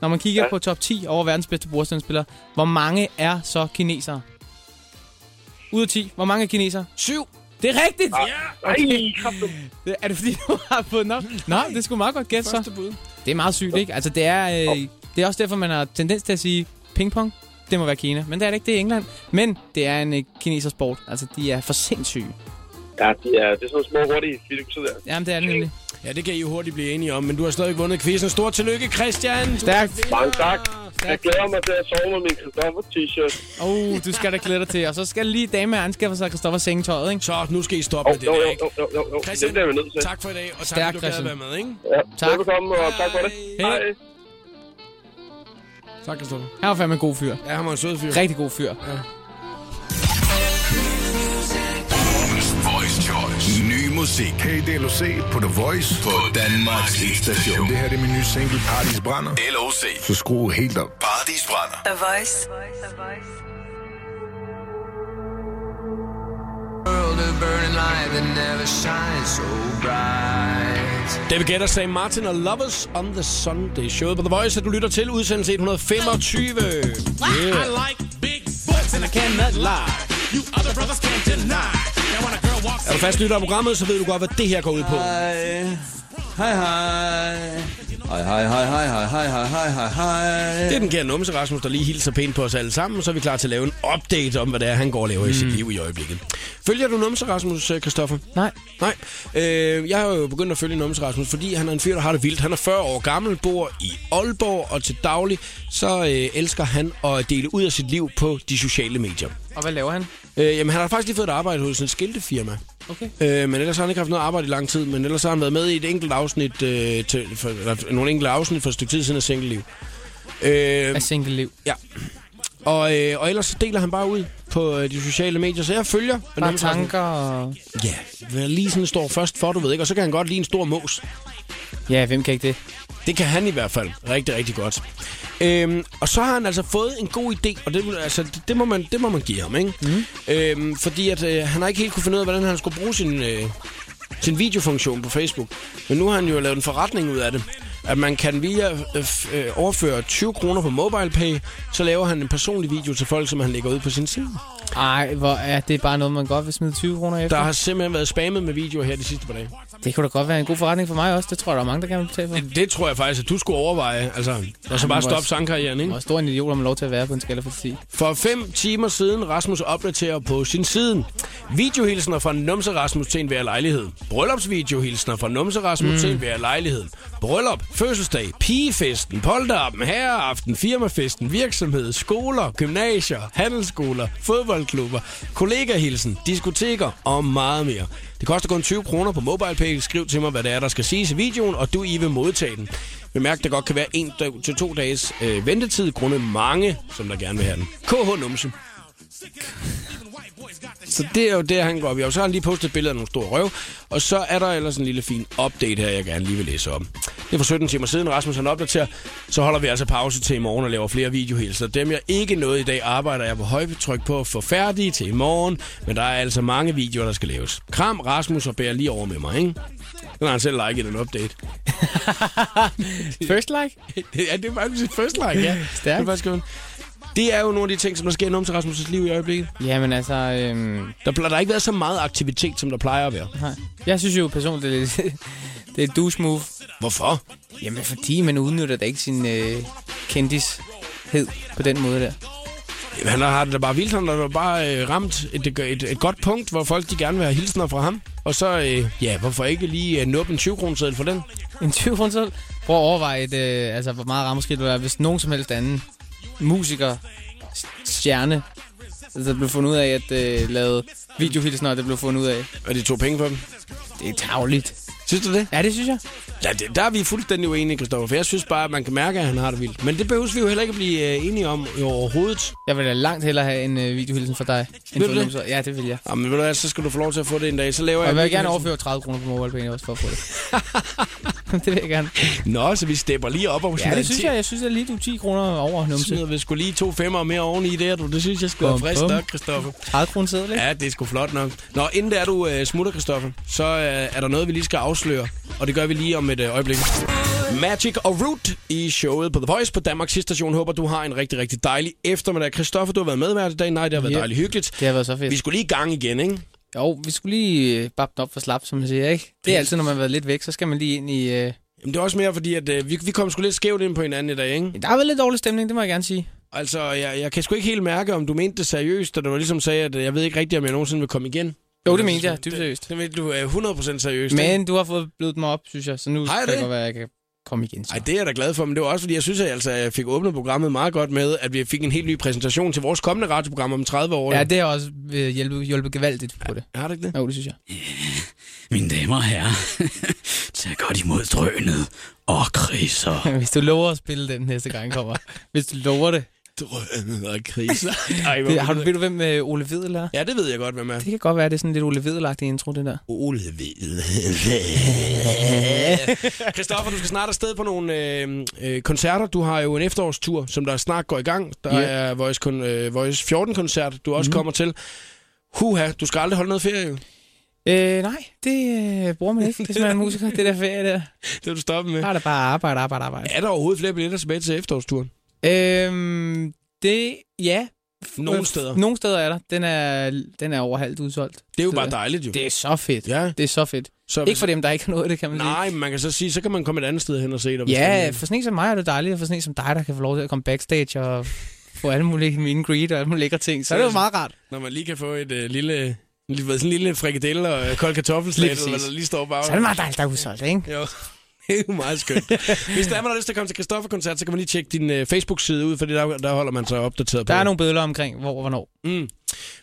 [SPEAKER 2] Når man kigger
[SPEAKER 10] Ja.
[SPEAKER 2] på top 10 over verdens bedste bordstenspillere, hvor mange er så kinesere? Ud af 10, hvor mange er kinesere?
[SPEAKER 1] Syv.
[SPEAKER 2] Det er rigtigt!
[SPEAKER 10] Ah. Nej, kom nu.
[SPEAKER 2] Det- Er det fordi, du har fået nok? Nej, det skulle meget godt gætte så.
[SPEAKER 1] Første bud.
[SPEAKER 2] Det er meget sygt, ikke? Altså, det er, øh, det er også derfor, man har tendens til at sige pingpong. det må være Kina. Men det er det ikke, det er England. Men det er en øh, kineser sport. Altså, de er for sindssyge.
[SPEAKER 10] Ja, de er, det er sådan nogle små hurtige fidukser der.
[SPEAKER 2] Jamen, det er det nemlig.
[SPEAKER 1] Ja, det kan I jo hurtigt blive enige om, men du har stadig vundet quizzen. Stort tillykke, Christian!
[SPEAKER 2] Stærkt.
[SPEAKER 10] Mange tak. Jeg glæder mig til at sove med min Christoffer t-shirt.
[SPEAKER 2] Åh, oh, du skal da klæde dig til. Og så skal lige dame anskaffe sig Christoffer sengetøjet, ikke?
[SPEAKER 1] Så nu skal I stoppe
[SPEAKER 10] Jo,
[SPEAKER 1] med det
[SPEAKER 10] jo,
[SPEAKER 1] der,
[SPEAKER 10] jo,
[SPEAKER 1] ikke?
[SPEAKER 10] jo, jo, jo, jo. Det
[SPEAKER 1] Christian,
[SPEAKER 10] bliver vi nødt til.
[SPEAKER 1] tak for i dag, og tak
[SPEAKER 2] Stærk,
[SPEAKER 1] fordi du gad at
[SPEAKER 2] Christian.
[SPEAKER 1] være med, ikke?
[SPEAKER 10] Ja,
[SPEAKER 2] Tak.
[SPEAKER 10] Velkommen, og tak for det.
[SPEAKER 1] Hej.
[SPEAKER 10] Hej.
[SPEAKER 1] Tak, Christoffer.
[SPEAKER 2] Han var fandme en god fyr.
[SPEAKER 1] Ja, han var en sød fyr.
[SPEAKER 2] Rigtig god fyr.
[SPEAKER 6] Voice Choice. Ny musik.
[SPEAKER 11] Hey DLOC på The Voice.
[SPEAKER 6] På Danmarks hitstation.
[SPEAKER 11] Det her det er min nye single, Paradis Brænder.
[SPEAKER 6] LOC.
[SPEAKER 11] Så skru helt op.
[SPEAKER 6] Paradis brænder.
[SPEAKER 4] The Voice. The Voice.
[SPEAKER 1] David Guetta sagde Martin og Lovers on the Sunday Show. På The Voice, at du lytter til udsendelse 125. Yeah. Er du fast lytter af programmet, så ved du godt, hvad det her går ud på.
[SPEAKER 12] Hej hej. Hej hej hej hej hej hej hej hej hej hej.
[SPEAKER 1] Det er den kære numse Rasmus, der lige hilser pænt på os alle sammen, og så er vi klar til at lave en update om, hvad det er, han går og laver mm. i sit liv i øjeblikket. Følger du numse Rasmus, øh, Christoffer?
[SPEAKER 2] Nej.
[SPEAKER 1] Nej. Øh, jeg har jo begyndt at følge numse Rasmus, fordi han er en fyr, der har det vildt. Han er 40 år gammel, bor i Aalborg, og til daglig, så øh, elsker han at dele ud af sit liv på de sociale medier.
[SPEAKER 2] Og hvad laver han?
[SPEAKER 1] Øh, jamen, han har faktisk lige fået et arbejde hos en skiltefirma.
[SPEAKER 2] Okay.
[SPEAKER 1] Øh, men ellers har han ikke haft noget arbejde i lang tid, men ellers har han været med i et enkelt afsnit, øh, til, for, eller, nogle enkelte afsnit for et stykke tid siden af Single Liv. Øh,
[SPEAKER 2] Af single liv.
[SPEAKER 1] og, øh, og ellers så deler han bare ud på øh, de sociale medier, så jeg følger. Men
[SPEAKER 2] Bare
[SPEAKER 1] han-
[SPEAKER 2] tanker og...
[SPEAKER 1] Ja, hvad lige sådan står først for, du ved ikke, og så kan han godt lide en stor mos.
[SPEAKER 2] Ja, hvem kan ikke det?
[SPEAKER 1] Det kan han i hvert fald rigtig, rigtig godt. Øhm, og så har han altså fået en god idé, og det, vil- altså, det, det, må, man, det må man give ham, ikke? Mm. Øhm, fordi at, øh, han har ikke helt kunne finde ud af, hvordan han skulle bruge sin, øh, sin videofunktion på Facebook. Men nu har han jo lavet en forretning ud af det. At man kan via øh, f- øh, overføre 20 kroner på MobilePay, så laver han en personlig video til folk, som han lægger ud på sin side.
[SPEAKER 2] Ej, hvor er det bare noget, man godt vil smide 20 kroner efter.
[SPEAKER 1] Der har simpelthen været spammet med videoer her de sidste par dage.
[SPEAKER 2] Det kunne da godt være en god forretning for mig også. Det tror jeg, der er mange, der gerne vil betale for.
[SPEAKER 1] Det tror jeg faktisk, at du skulle overveje. Altså, og så bare
[SPEAKER 2] hvor-
[SPEAKER 1] stoppe sangkarrieren, ikke?
[SPEAKER 2] Hvor stor en idiot har man lov til at være på en skala fra
[SPEAKER 1] (laughs)
[SPEAKER 2] 10?
[SPEAKER 1] For fem timer siden Rasmus opdaterer på sin side. Videohilsner fra Numse Rasmus til enhver lejlighed. Bryllupsvideohilsner fra Numse Rasmus mm. til enhver lejlighed. Bryllup, fødselsdag, pigefesten, polterappen, herreaften, firmafesten, virksomhed, skoler, gymnasier, handelsskoler, fodboldklubber, kollegahilsen, diskoteker og meget mere. Det koster kun 20 kroner på MobilePay. Skriv til mig, hvad det er, der skal siges i videoen, og du I vil modtage den. Bemærk, der godt kan være en dag- til to dages øh, ventetid, grundet mange, som der gerne vil have den. KH Numse. Så det er jo det, han går op i. Og så har han lige postet et billede af nogle store røv. Og så er der ellers en lille fin update her, jeg gerne lige vil læse op. Det er for 17 timer siden, Rasmus han opdaterer. Så holder vi altså pause til i morgen og laver flere videohilser. Dem jeg ikke nåede i dag, arbejder jeg på højbetryk på at få færdige til i morgen. Men der er altså mange videoer, der skal laves. Kram Rasmus og bær lige over med mig, ikke? Den har han selv liket en update. (laughs)
[SPEAKER 2] First like?
[SPEAKER 1] ja, det er faktisk sit first like, ja.
[SPEAKER 2] Stærkt.
[SPEAKER 1] Det er, faktisk, godt. det er jo nogle af de ting, som der sker i Numse Rasmus' liv i øjeblikket.
[SPEAKER 2] Jamen altså, øhm,
[SPEAKER 1] Der, ple- der har ikke været så meget aktivitet, som der plejer at være.
[SPEAKER 2] nej. jeg synes jo personligt, det er, lidt- (laughs) det er et douche move.
[SPEAKER 1] Hvorfor?
[SPEAKER 2] Jamen fordi man udnytter da ikke sin øh, kendished på den måde der.
[SPEAKER 1] Jamen, Han har det da bare vildt. Han har da bare øh, ramt et, et, et godt punkt, hvor folk de gerne vil have hilsner fra ham. Og så, øh, ja, hvorfor ikke lige øh, nuppe en 20 kroner for den?
[SPEAKER 2] En 20 kroner selv. Prøv at overveje, et, øh, altså, hvor meget rammerskidt du er, hvis nogen som helst anden musiker, s- stjerne, der blev fundet ud af at øh, lave videohilsener, og det blev fundet ud af.
[SPEAKER 1] Og de tog penge for dem.
[SPEAKER 2] Det er tavligt.
[SPEAKER 1] Synes du det?
[SPEAKER 2] Ja, det synes jeg.
[SPEAKER 1] Ja, det, der er vi fuldstændig uenige, Kristoffer. For jeg synes bare, at man kan mærke, at han har det vildt. Men det behøves vi jo heller ikke at blive øh, enige om i overhovedet.
[SPEAKER 2] Jeg vil da langt hellere have en øh, videohilsen fra dig. End
[SPEAKER 1] Vil
[SPEAKER 2] fra
[SPEAKER 1] du det?
[SPEAKER 2] Lumser. Ja, det vil jeg.
[SPEAKER 1] Jamen, ved du hvad, så skal du få lov til at få det en dag. Så laver
[SPEAKER 2] Og jeg
[SPEAKER 1] jeg...
[SPEAKER 2] vil gerne overføre 30 kroner på MobilePay også for at få det. (laughs) det vil jeg gerne.
[SPEAKER 1] Nå, så vi stepper lige op og
[SPEAKER 2] Ja, det synes jeg. Jeg synes, at lige du er 10 kroner over numse.
[SPEAKER 1] Smider vi skulle lige to femmer mere oveni det, du. Det synes jeg skulle være
[SPEAKER 2] Bum,
[SPEAKER 1] frisk
[SPEAKER 2] bum.
[SPEAKER 1] nok, Kristoffer.
[SPEAKER 2] 30 kroner sædel, ikke?
[SPEAKER 1] Ja, det er sgu flot nok. Nå, inden det er du øh, smutter, Kristoffer, så øh, er der noget, vi lige skal afsløre. Og det gør vi lige om et øh, øjeblik. Magic og Root i showet på The Voice på Danmarks station. Håber, du har en rigtig, rigtig dejlig eftermiddag. Kristoffer, du har været medvært i dag. Nej, det har været
[SPEAKER 2] Ja.
[SPEAKER 1] dejligt hyggeligt.
[SPEAKER 2] Det har været så fedt.
[SPEAKER 1] Vi skulle lige i gang igen, ikke?
[SPEAKER 2] Jo, vi skulle lige øh, bappe den op for slap, som man siger, ikke? Det er altid, når man har været lidt væk, så skal man lige ind i... Øh...
[SPEAKER 1] Jamen, det er også mere fordi, at øh, vi, vi kom sgu lidt skævt ind på hinanden i dag, ikke?
[SPEAKER 2] Der har været lidt dårlig stemning, det må jeg gerne sige.
[SPEAKER 1] Altså, jeg, jeg kan sgu ikke helt mærke, om du mente det seriøst, da du ligesom sagde, at øh, jeg ved ikke rigtigt, om jeg nogensinde vil komme igen.
[SPEAKER 2] Jo, det mente jeg, dybt seriøst.
[SPEAKER 1] Det, det mente du øh, 100% seriøst.
[SPEAKER 2] Men du har fået blødt mig op, synes jeg, så nu
[SPEAKER 1] Har jeg
[SPEAKER 2] skal det
[SPEAKER 1] det?
[SPEAKER 2] godt være, at jeg kan komme igen.
[SPEAKER 1] Nej, det er jeg da glad for, men det var også, fordi jeg synes, at jeg, altså, jeg fik åbnet programmet meget godt med, at vi fik en helt ny præsentation til vores kommende radioprogram om 30 år.
[SPEAKER 2] Ja, det har også øh, hjulpet, hjulpet gevaldigt på det.
[SPEAKER 1] Har det ikke det?
[SPEAKER 2] Jo, det synes jeg. (laughs)
[SPEAKER 3] Mine damer og herrer, (laughs) tag godt imod drønet og kriser.
[SPEAKER 2] Hvis du lover at spille den næste gang, jeg kommer. Hvis du lover det.
[SPEAKER 1] Drønet og kriser. Ej, hvor
[SPEAKER 2] det, har du,
[SPEAKER 1] vildt.
[SPEAKER 2] ved du, hvem øh, Ole Vedel er?
[SPEAKER 1] Ja, det ved jeg godt, hvem er.
[SPEAKER 2] Det kan godt være, det er sådan lidt Ole Vedel-agtig intro, det der.
[SPEAKER 1] Ole Vedel. (laughs) Christoffer, du skal snart afsted på nogle øh, øh, koncerter. Du har jo en efterårstur, som der snart går i gang. Der
[SPEAKER 2] Ja.
[SPEAKER 1] er Voice, kon, øh, Voice 14-koncert, du også mm. kommer til. Huha, du skal aldrig holde noget ferie, jo.
[SPEAKER 2] Øh, nej, det øh, bruger man ikke. Det er simpelthen musiker, det der ferie der.
[SPEAKER 1] Det vil du stoppe med.
[SPEAKER 2] Der er det bare arbejde, arbejde, arbejde.
[SPEAKER 1] Er der overhovedet flere billetter tilbage til efterårsturen?
[SPEAKER 2] Øhm, det, ja.
[SPEAKER 1] Nogle steder.
[SPEAKER 2] Nogle steder er der. Den er, den er over halvt udsolgt.
[SPEAKER 1] Det er jo
[SPEAKER 2] Så
[SPEAKER 1] bare dejligt, jo.
[SPEAKER 2] Det er så fedt.
[SPEAKER 1] Ja.
[SPEAKER 2] Det er så fedt.
[SPEAKER 1] Så
[SPEAKER 2] Så ikke for dem, der ikke har nået det, kan man
[SPEAKER 1] Nej, men man kan så sige, så kan man komme et andet sted hen og se dig. hvis
[SPEAKER 2] sige. Ja,
[SPEAKER 1] det er-
[SPEAKER 2] for sådan en som mig er det dejligt, og for sådan en som dig, der kan få lov til at komme backstage og få alle mulige mean greet og alle mulige lækre ting. Så er det jo meget rart.
[SPEAKER 1] Når man lige kan få et øh, lille... en lille- Sådan en lille frikadelle og øh, kold kartoffelslæt,
[SPEAKER 2] Lige præcis.
[SPEAKER 1] eller der lige står bag. (laughs)
[SPEAKER 2] Så er det meget dejligt, der er udsolgt, ikke?
[SPEAKER 1] Jo. Det er jo meget
[SPEAKER 2] (laughs)
[SPEAKER 1] skønt. Hvis der er, man har lyst til at komme til Christoffer-koncert, så kan man lige tjekke din øh, Facebook-side ud, for der, der holder man sig opdateret på.
[SPEAKER 2] Der er
[SPEAKER 1] det.
[SPEAKER 2] nogle billeder omkring, hvor og hvornår.
[SPEAKER 1] Mm.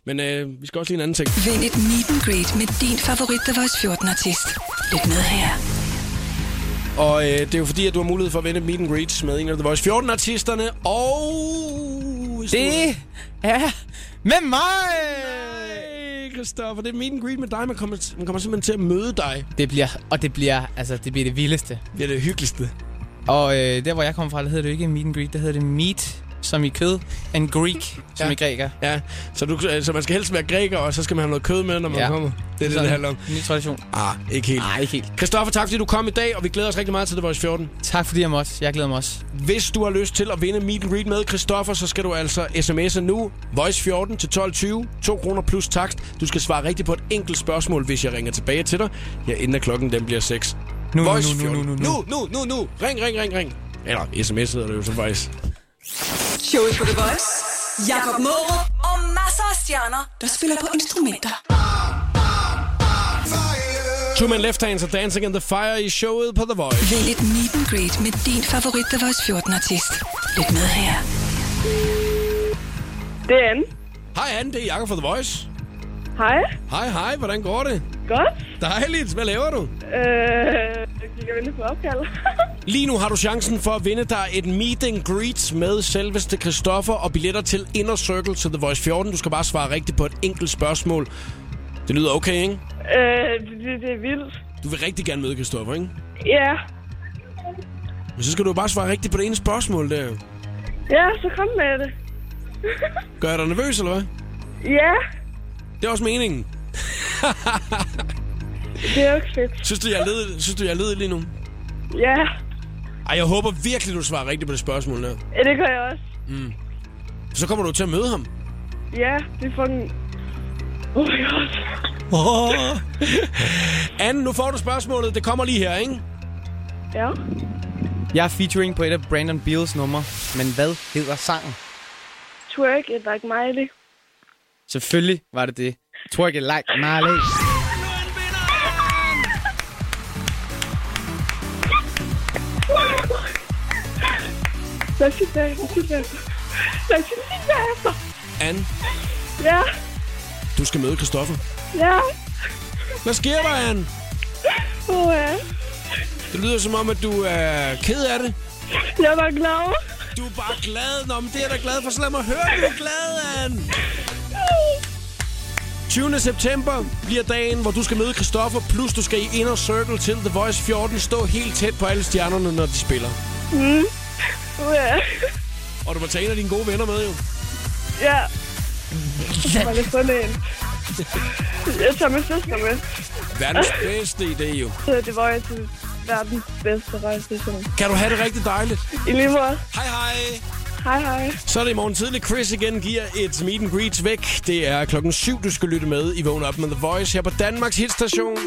[SPEAKER 1] Men øh, vi skal også lige en anden ting.
[SPEAKER 4] Vind et meet and greet med din favorit The Voice 14-artist. Lyt med her.
[SPEAKER 1] Og øh, det er jo fordi, at du har mulighed for at vinde meet and greets med en af The Voice 14-artisterne, og...
[SPEAKER 2] Det er med mig!
[SPEAKER 1] Nej, Christoffer, det er meet and greet med dig. Man kommer, man kommer simpelthen til at møde dig.
[SPEAKER 2] Det bliver, og det bliver, altså, det bliver det vildeste.
[SPEAKER 1] Det er det hyggeligste.
[SPEAKER 2] Og øh, der, hvor jeg kommer fra, der hedder det jo ikke meet and greet, der hedder det meet, som i kød, and Greek, som
[SPEAKER 1] Ja.
[SPEAKER 2] i græker.
[SPEAKER 1] Ja, så, du, øh, så man skal helst være græker, og så skal man have noget kød med, når man
[SPEAKER 2] Ja.
[SPEAKER 1] kommer. Det er det,
[SPEAKER 2] Sådan.
[SPEAKER 1] det handler om.
[SPEAKER 2] Ny tradition.
[SPEAKER 1] Ah, ikke helt.
[SPEAKER 2] Nej, ikke helt.
[SPEAKER 1] Christoffer, tak fordi du kom i dag, og vi glæder os rigtig meget til The Voice 14.
[SPEAKER 2] Tak fordi jeg måtte. Jeg glæder mig også.
[SPEAKER 1] Hvis du har lyst til at vinde meet and greet med Christoffer, så skal du altså sms'e nu. Voice 14 til 12.20. 2 kroner plus takst. Du skal svare rigtigt på et enkelt spørgsmål, hvis jeg ringer tilbage til dig. Ja, inden at klokken den bliver 6.
[SPEAKER 2] Nu, nu,
[SPEAKER 1] Voice
[SPEAKER 2] nu, nu,
[SPEAKER 1] 14.
[SPEAKER 2] nu, nu,
[SPEAKER 1] nu, nu, nu, nu. Ring, ring, ring, ring. Eller sms hedder det jo så faktisk.
[SPEAKER 4] Showet på The Voice. Jakob Mårup og masser af stjerner, der spiller på instrumenter.
[SPEAKER 1] Two Men Left Hands og Dancing in the Fire i showet på The Voice.
[SPEAKER 4] Vind et meet and greet med din favorit The Voice 14-artist. Lyt med her.
[SPEAKER 13] Det er Anne.
[SPEAKER 1] Hej Anne, det er Jakob fra The Voice.
[SPEAKER 13] Hej.
[SPEAKER 1] Hej, hej. Hvordan går det?
[SPEAKER 13] Godt.
[SPEAKER 1] Dejligt. Hvad laver du?
[SPEAKER 13] Øh, jeg kigger vente på opkald. (laughs)
[SPEAKER 1] Lige nu har du chancen for at vinde dig et meet and greet med selveste Christoffer og billetter til Inner Circle til The Voice 14. Du skal bare svare rigtigt på et enkelt spørgsmål. Det lyder okay, ikke?
[SPEAKER 13] øh, det, det, det, er vildt.
[SPEAKER 1] Du vil rigtig gerne møde Christoffer, ikke?
[SPEAKER 13] Ja.
[SPEAKER 1] Men så skal du bare svare rigtigt på det ene spørgsmål der.
[SPEAKER 13] Ja, så kom med det.
[SPEAKER 1] Gør jeg dig nervøs, eller hvad?
[SPEAKER 13] Ja,
[SPEAKER 1] Det er også meningen.
[SPEAKER 13] det er jo ikke fedt.
[SPEAKER 1] Synes du, jeg led, synes du, jeg led lige nu?
[SPEAKER 13] Ja,
[SPEAKER 1] Ej, jeg håber virkelig, du svarer rigtigt på det spørgsmål der.
[SPEAKER 13] ja, det gør jeg også.
[SPEAKER 1] Så kommer du til at møde ham.
[SPEAKER 13] Ja, det er fucking... Oh my god.
[SPEAKER 1] (laughs) Oh. Anne, nu får du spørgsmålet. Det kommer lige her, ikke?
[SPEAKER 13] Ja.
[SPEAKER 2] Jeg er featuring på et af Brandon Beals numre, men hvad hedder sangen?
[SPEAKER 13] Twerk it like Miley.
[SPEAKER 2] Selvfølgelig var det det. Twerk it like Marley.
[SPEAKER 13] Lad os sige det, lad os sige det. Lad os sige det,
[SPEAKER 1] Anne,
[SPEAKER 13] Ja,
[SPEAKER 1] du skal møde Christoffer.
[SPEAKER 13] ja.
[SPEAKER 1] Hvad sker der, Anne?
[SPEAKER 13] Oh, ja.
[SPEAKER 1] Det lyder som om, at du er ked af det.
[SPEAKER 13] Jeg var glad.
[SPEAKER 1] Du er bare glad. Nå, men det er jeg da glad for. Så lad mig høre, at du er glad, Anne. 20. september bliver dagen, hvor du skal møde Christoffer, plus du skal i Inner Circle til The Voice 14 stå helt tæt på alle stjernerne, når de spiller.
[SPEAKER 13] Mm. Oh, ja.
[SPEAKER 1] Og du må tage en af dine gode venner med, jo.
[SPEAKER 13] Ja. Jeg var lidt sådan en. Jeg tager min søster med.
[SPEAKER 1] Verdens bedste idé, jo.
[SPEAKER 13] Så det var jeg til verdens bedste rejsestation.
[SPEAKER 1] Kan du have det rigtig dejligt?
[SPEAKER 13] I lige måde.
[SPEAKER 1] Hej, hej.
[SPEAKER 13] Hej, hej.
[SPEAKER 1] Så er det i morgen tidlig. Chris igen giver et meet and greet væk. Det er klokken 7, du skal lytte med i Vågn Up med The Voice her på Danmarks hitstation.